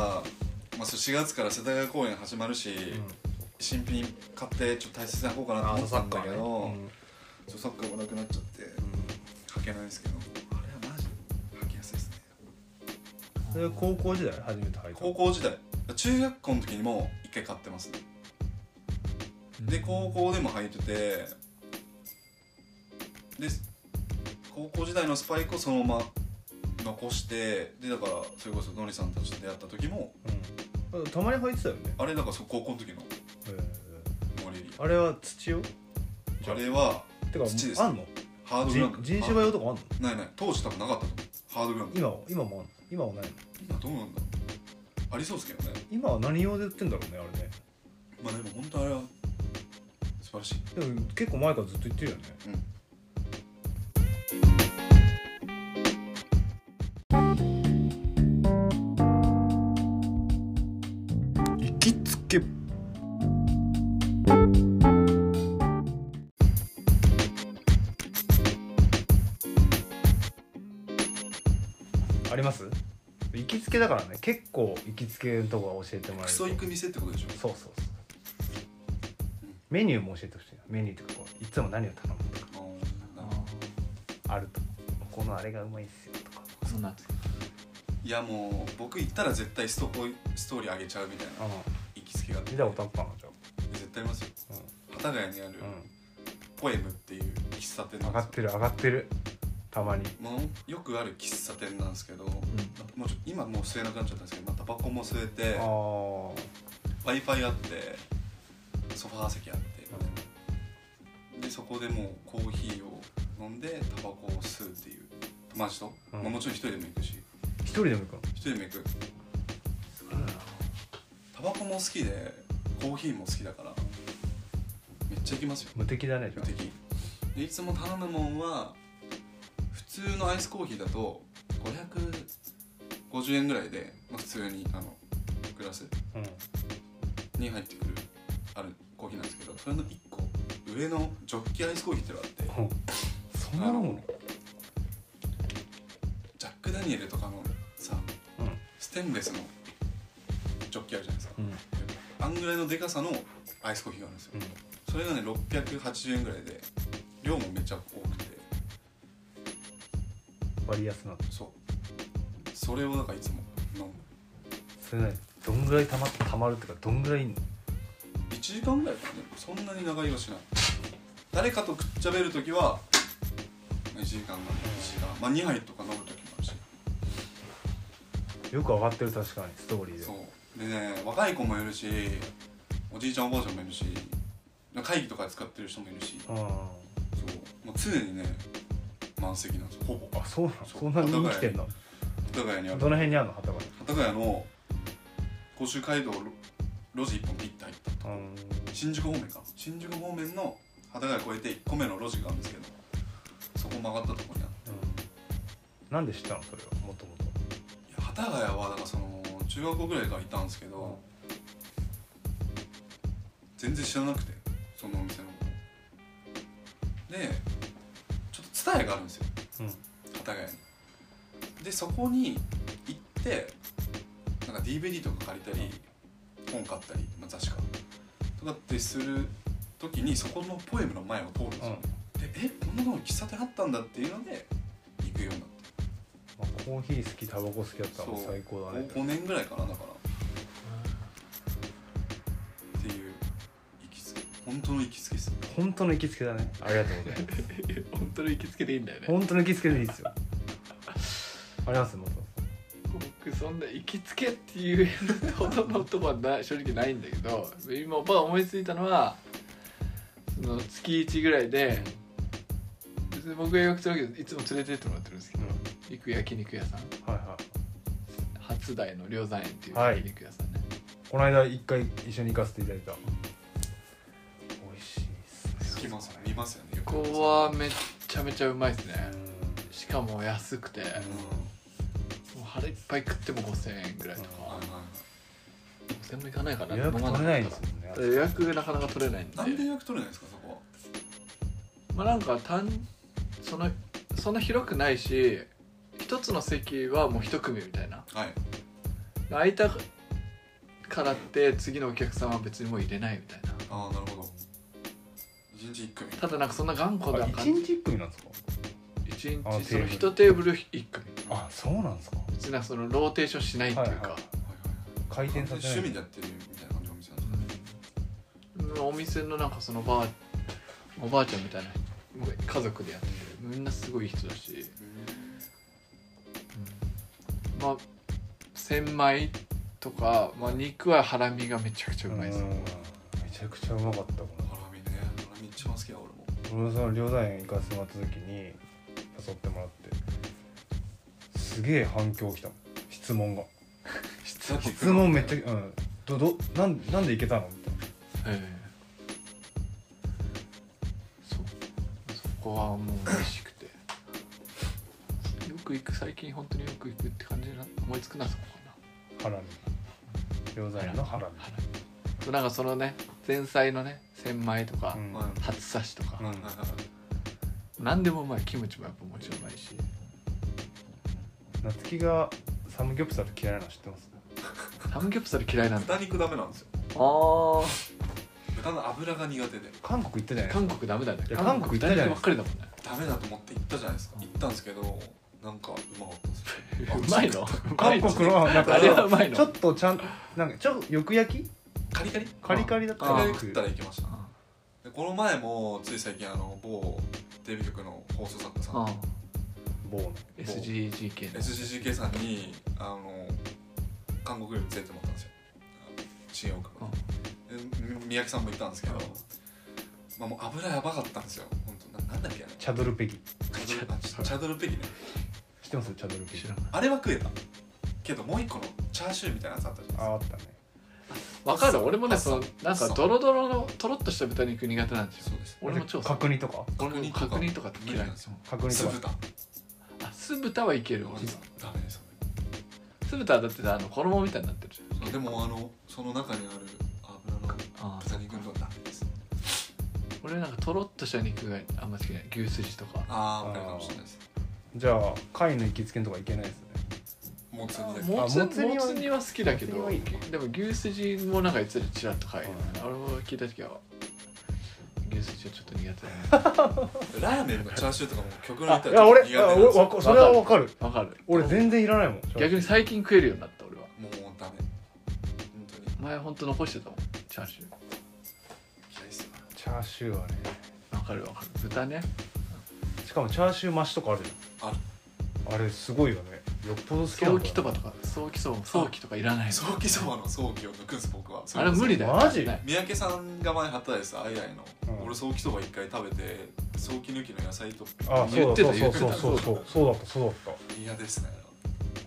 S3: まあ、そう4月から世田谷公演始まるし、新品買ってちょっと大切に履こうかなと思ってたんだけど
S2: う
S3: そ
S2: ん
S3: うサッ,、カーもなくなっちゃって履けないんですけどあれはマジで履きやすいですね
S2: それ高校時代初めて履いた
S3: 高校時代中学校の時にも一回買ってますねで高校でも履いててで高校時代のスパイクをそのまま残してでだからそれこそノリさんたちと出会った時も
S2: うんたまに履いてたよね
S3: あれなんかそう高校の時の
S2: え
S3: モレリ
S2: ーあれは土用
S3: アあれは
S2: てか
S3: 土です
S2: あんの
S3: ハードグラウンド
S2: 人人種用とかあんの
S3: あないない当時多分なかったと思うハードグラウンド
S2: 今は今もあんの今はないの
S3: 今どうなんだろうありそうですけどね
S2: 今は何用で売ってんだろうねあれね
S3: まあでも本当あれは素晴らしい
S2: でも結構前からずっと言ってるよね
S1: 行きつけ
S2: あります行きつけだからね結構行きつけのとこは教えてもらえ
S3: ク
S2: る
S3: ソ行く店ってことでしょ
S2: そうそうそうメニューも教えてほしいなメニューとかこういつも何を頼むとか
S3: あーなるほど
S2: あるとここのあれがうまいっすよとか
S4: そんなやつ
S3: いやもう僕行ったら絶対ストコストーリー上げちゃうみたいな
S2: う
S3: 行きつけがあって
S2: ん見たことあったのじゃ
S3: 絶対ありますよ
S2: あ
S3: 幡ヶ谷にある
S2: うん、うん
S3: ポエムっていう喫茶店な
S2: 上
S3: んで
S2: が
S3: す
S2: ってる上がってるたまに
S3: よもうよくある喫茶店なんですけど、もうちょ今もう吸えなくなっちゃったんですけど、まあ、タバコも吸えて
S2: ああ
S3: w i f i あってソファー席あってでそこでもうコーヒーを飲んでタバコを吸うっていう友達と、
S2: うん
S3: まあ、もちろん一人でも行くし
S2: 一人でも行くの
S3: 一人でも行くタバコも好きでコーヒーも好きだからめっちゃ行きますよ
S2: 無敵だねじ
S3: 無
S2: ゃあ
S3: 敵でいつも頼むもんは普通のアイスコーヒーだと550円ぐらいで、まあ、普通にあのグラス
S2: うん
S3: に入ってくるあるコーヒーなんですけどそれの1個上のジョッキアイスコーヒーってのがあって
S2: うんそんなのもの
S3: ジャック・ダニエルとかのさ
S2: うん
S3: ステンレスのジョッキあるじゃないですか
S2: うん
S3: あんぐらいのでかさのアイスコーヒーがあるんですよ
S2: うん
S3: それがね680円ぐらいで量もめっちゃ多くて
S2: 割安な
S3: そうそれをなんかいつも飲む
S2: それなにどんぐらいたまたまるっていうかどんぐらいいんの
S3: 1時間ぐらいかねそんなに長いはしない誰かとくっちゃべる時は1時間なの1時間まあ2杯とか飲む時もあるし
S2: よく上がってる確かにストーリーで
S3: そうでね若い子もいるしおじいちゃんおばあちゃんもいるし会議とかで使ってる人もいるし
S2: ああ
S3: そうもう常にね満席なんですよほぼ
S2: あそうなの
S3: そう
S2: そんなに生きてんの
S3: 幡ヶ谷にあ
S2: ど
S3: る
S2: の辺にあるの旗が
S3: 幡ヶ谷の甲州街道を路地一本ピッて入った
S2: うん
S3: 新宿方面か新宿方面の幡ヶ谷越えて1個目の路地があるんですけどそこ曲がったところにあって
S2: なんで知ったのそれはもともと
S3: いや幡ヶ谷はだからその中学校ぐらいからいたんですけど全然知らなくてそのお店のことでちょっと蔦屋があるんですよ
S2: うん
S3: 幡ヶ谷にでそこに行ってなんか DVD とか借りたり本買ったり、まあ、雑誌かとかってする時にそこのポエムの前を通るんですよ、でえこんなの喫茶店あったんだっていうので行くようになっ
S2: まあ、コーヒー好きタバコ好きだったら
S3: た
S2: もう最高だね
S3: 5年ぐらいかなだからっていう行きつけ本当の行きつけです
S2: 本当の行きつけだねありがとうございます
S4: 本当に行きつけでいいんだよ ね
S2: 本当の行きつけでいいですよありますもと
S4: 僕そんな行きつけっていうほどの言葉はな正直ないんだけど今僕が思いついたのはその月1ぐらいで別に僕がよくするわけでいつも連れてってもらってるんですけど行く焼肉屋さん
S2: はいはい
S4: 初台の梁山園っていう
S2: はい
S4: 焼肉屋さんね、
S2: この間一回一緒に行かせていただいた美味しいっす
S3: 聞きますよね見ますよねよ
S4: ここはめっちゃめちゃうまいですね
S2: う
S4: しかも安くても
S3: うん
S4: う腹いっぱい食っても5000円ぐらいとか
S3: はいはいは
S4: 5000円もいかないかなん
S2: 予約取れないんですもんね
S4: 予約なかなか取れないんで
S3: いなんで予約取れないんですかそこは
S4: まあなんか単そのそんな広くないし一つの席はもう一組みたいな
S3: はい
S4: 空いたからって次のお客さんは別にもう入れないみたいな
S3: ああなるほど一日一組
S4: ただなんかそんな頑固
S2: あ
S4: な
S2: 一
S4: 感じ
S2: 日一組なんですか
S4: 一日
S2: あ
S4: その
S2: テーブル
S4: 一テーブル一組
S2: あそうなんですか
S4: 別になんかそのローテーションしないっていうか、
S2: はいはい
S3: はいはいはい
S2: 回転させない
S3: 趣味でやってるみたいな感じのお店なんですね
S4: うんお店のなんかそのばあおばあちゃんみたいな家族でやってるみんなすごいいい人だし、まあ千枚とか、まあ、肉はハラミがめちゃくちゃうまいです、
S2: うんめちゃくちゃうまかったこの
S3: ハラミねハラミ一番好きや俺も
S2: 俺もその両山園行かせてもらった時に誘ってもらってすげえ反響きたもん質問が
S4: 質問
S2: 質問めっちゃうんどどなんなんで行けたのみたいな
S4: ええそそこはもう美味しくてよく行く最近本当によく行くって感じな思いつくなそこか
S2: ハ
S4: な
S2: ラミ両山園のハラミ
S4: なんかそのね前菜のね千枚とか、
S2: うん
S3: はいはい
S4: 初刺しとか、
S2: うん
S3: はいはい
S4: 何でもうまいキムチもやっぱもちろんうまいし
S2: 夏希がサムギョプサル嫌いなの知ってます
S4: サムギョプサル嫌いなんだ
S3: 豚肉ダメなんですよ
S4: あー
S3: 豚の脂が苦手で
S2: 韓国行ったじゃないですか
S4: 韓国ダメだね
S2: いや韓国行った
S4: 大
S2: じゃな
S4: 学
S2: い
S4: ばっかりだもんね
S3: ダメだと思って行ったじゃないですか行ったんですけどなんかうまかったですよ
S4: うまいの
S2: 韓国のなんか
S4: あれはうまいの
S2: ちょっとちゃんなんかちょっとよく焼き
S3: カリカリ
S2: カリカリだった
S3: カリ
S2: ら
S3: カリ食ったら行きました
S4: あ
S3: でこの前もつい最近あの某テレビ局の放送作家さん
S4: あ
S2: 棒の
S4: SGGK の
S3: SGGK さんにあの韓国料理連れてもらったんですよ新大久保のでみ宮城さんも行ったんですけど、まあ、もう油やばかったんですよ本当ななんだっけあれ
S2: チャドルペギ
S3: チャチャドルペギね
S2: 知ってますチャドルペギ
S4: 知らない
S3: あれは食えたけどもう一個のチャーシューみたいなやつあったじゃない
S2: ああったね
S4: わかる俺もね
S3: パスタ
S4: そのなんかドロドロのとろっとした豚肉苦手なんです
S3: です
S4: よ
S3: かそうです
S4: 俺も超好き
S2: 角煮とか
S4: 俺も
S3: 角
S4: 角
S3: 煮
S4: 煮と
S3: とか
S4: か嫌いなんですよ
S2: 角煮
S3: 酢
S2: とか
S3: 豚
S4: あ酢豚はいける
S3: 俺
S4: 俺
S3: ダメですよ
S4: 酢豚はだってさあの衣みたいになってるじ
S3: ねでもあのその中にある油の
S4: ゃんああ
S3: 豚肉のダメです
S4: 俺なんかとろっとした肉があんま好きじゃない牛すじとか
S3: ああわかるかもしれないです
S2: じゃあ貝の行きつけんとか行けないですね
S3: もつ煮だけ
S4: もつ
S2: あもつ煮は
S4: もつ煮は好きだけど
S2: もつ煮はいいね
S4: でも牛すじもなんかいつらちらっと書いて
S2: うん
S4: あれも聞いた時は牛すじはちょっと苦手だね
S3: ラーメンのチャーシューとかも極論
S2: あ
S3: 言
S2: い
S3: っ
S2: や
S3: たら
S2: 俺
S3: 苦手
S2: あ
S3: なん
S2: 俺
S3: ですよ
S2: わかそれはわかる
S4: わかる
S2: 俺全然いらないもん
S4: 逆に最近食えるようになった俺は
S3: もうダメ本当に
S4: 前ほんと残してたもんチャーシュー
S3: 嫌いっすよ
S2: チャーシューはね
S4: わかるわかる豚ね
S2: しかもチャーシュー増しとかあるじゃん
S3: ある
S2: あれすごいよねよっぽど好きな
S4: ソ
S2: ん
S4: ーキ
S2: だ
S4: そばとかソーキそばもソーキとかいらない
S3: ソーキそばのソーキを抜くんです僕は
S4: あれ無理だよ
S2: マジ
S4: ね
S3: 三宅さんが前働いてたアイライの、
S2: うん
S3: 俺ソーキそば一回食べてソーキ抜きの野菜と
S2: あそうだそう
S4: 言っ
S2: そ
S4: てた
S2: うそうそうそうそうだったそうだっ
S3: 嫌ですね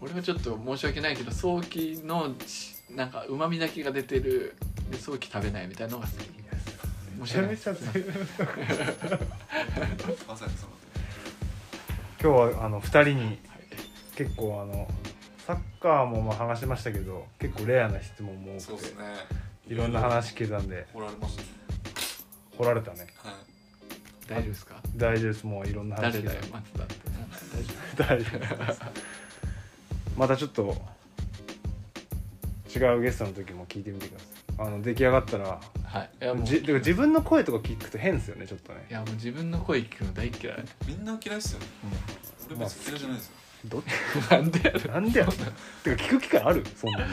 S4: 俺はちょっと申し訳ないけどソーキのちなんかうまみだけが出てるで早期食べないみたいなのが好き
S2: めちゃめちゃ
S3: まさにその
S2: 今日はあの2人に結構あのサッカーもまあ話しましたけど結構レアな質問も多
S3: そう
S2: く
S3: で
S2: て
S3: すね
S2: いろんな話聞けたんで
S3: 掘られましたね
S2: 掘られたね
S3: はい
S4: 大丈夫ですか
S2: 大丈夫ですもういろんな話
S4: 誰
S2: 聞け
S4: だ
S2: た
S4: よ松田って大丈
S2: 大丈夫ですまたちょっと違うゲストの時も聞いてみてくださいあの出来上がったら
S4: 夫はいいやもう
S2: じでも自分の声とか聞くと変ですよねちょっとね
S4: いやもう自分の声聞くの大嫌い
S3: みんな嫌いっすよね俺別に嫌いじゃないですよ
S2: どっ
S4: なんでやる
S2: ちなんでやろてか聞く機会あるそんなに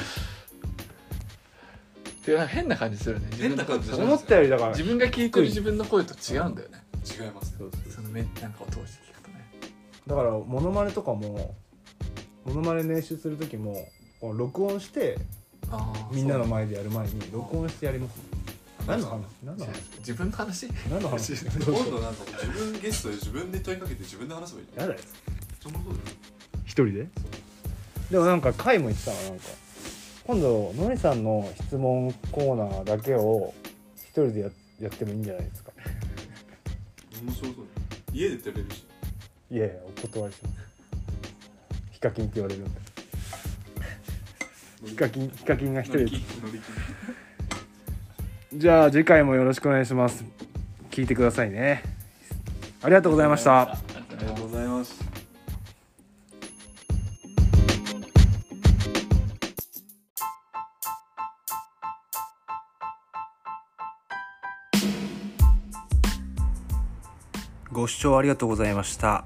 S4: てかなんか変な感じするよね自分の
S3: 変な感じする
S2: 思ったよりだから
S4: 自分が聞いてる自分の声と違うんだよね
S3: 違います
S2: そうそう
S4: その目なんかを通して聞くとね
S2: だからモノマネとかもモノマネ練習する時もこう録音して
S4: ああ
S2: みんなの前でやる前に録音してやります何の話何の話
S4: 自分の話
S2: 何の話
S3: 今度なんか自分ゲストで自分で問いかけて自分で話せばいいじゃん
S2: やだよ
S3: そんなことない
S2: 一人ででもなんか回も言ってたわなんか今度のりさんの質問コーナーだけを一人でややってもいいんじゃないですか
S3: 面白そう家で食べる し
S2: いやいやお断りしますヒカキンって言われるんで ヒカキンヒカキンが一人で
S3: 乗り切り
S2: じゃあ次回もよろしくお願いします。聞いてくださいね。ありがとうございました。
S4: ありがとうございます
S3: ありがとうございます
S1: ご視聴ありがとうございました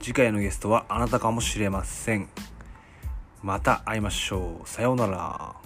S1: 次回のゲストはあなたかもしれませんまた会いましょうさようなら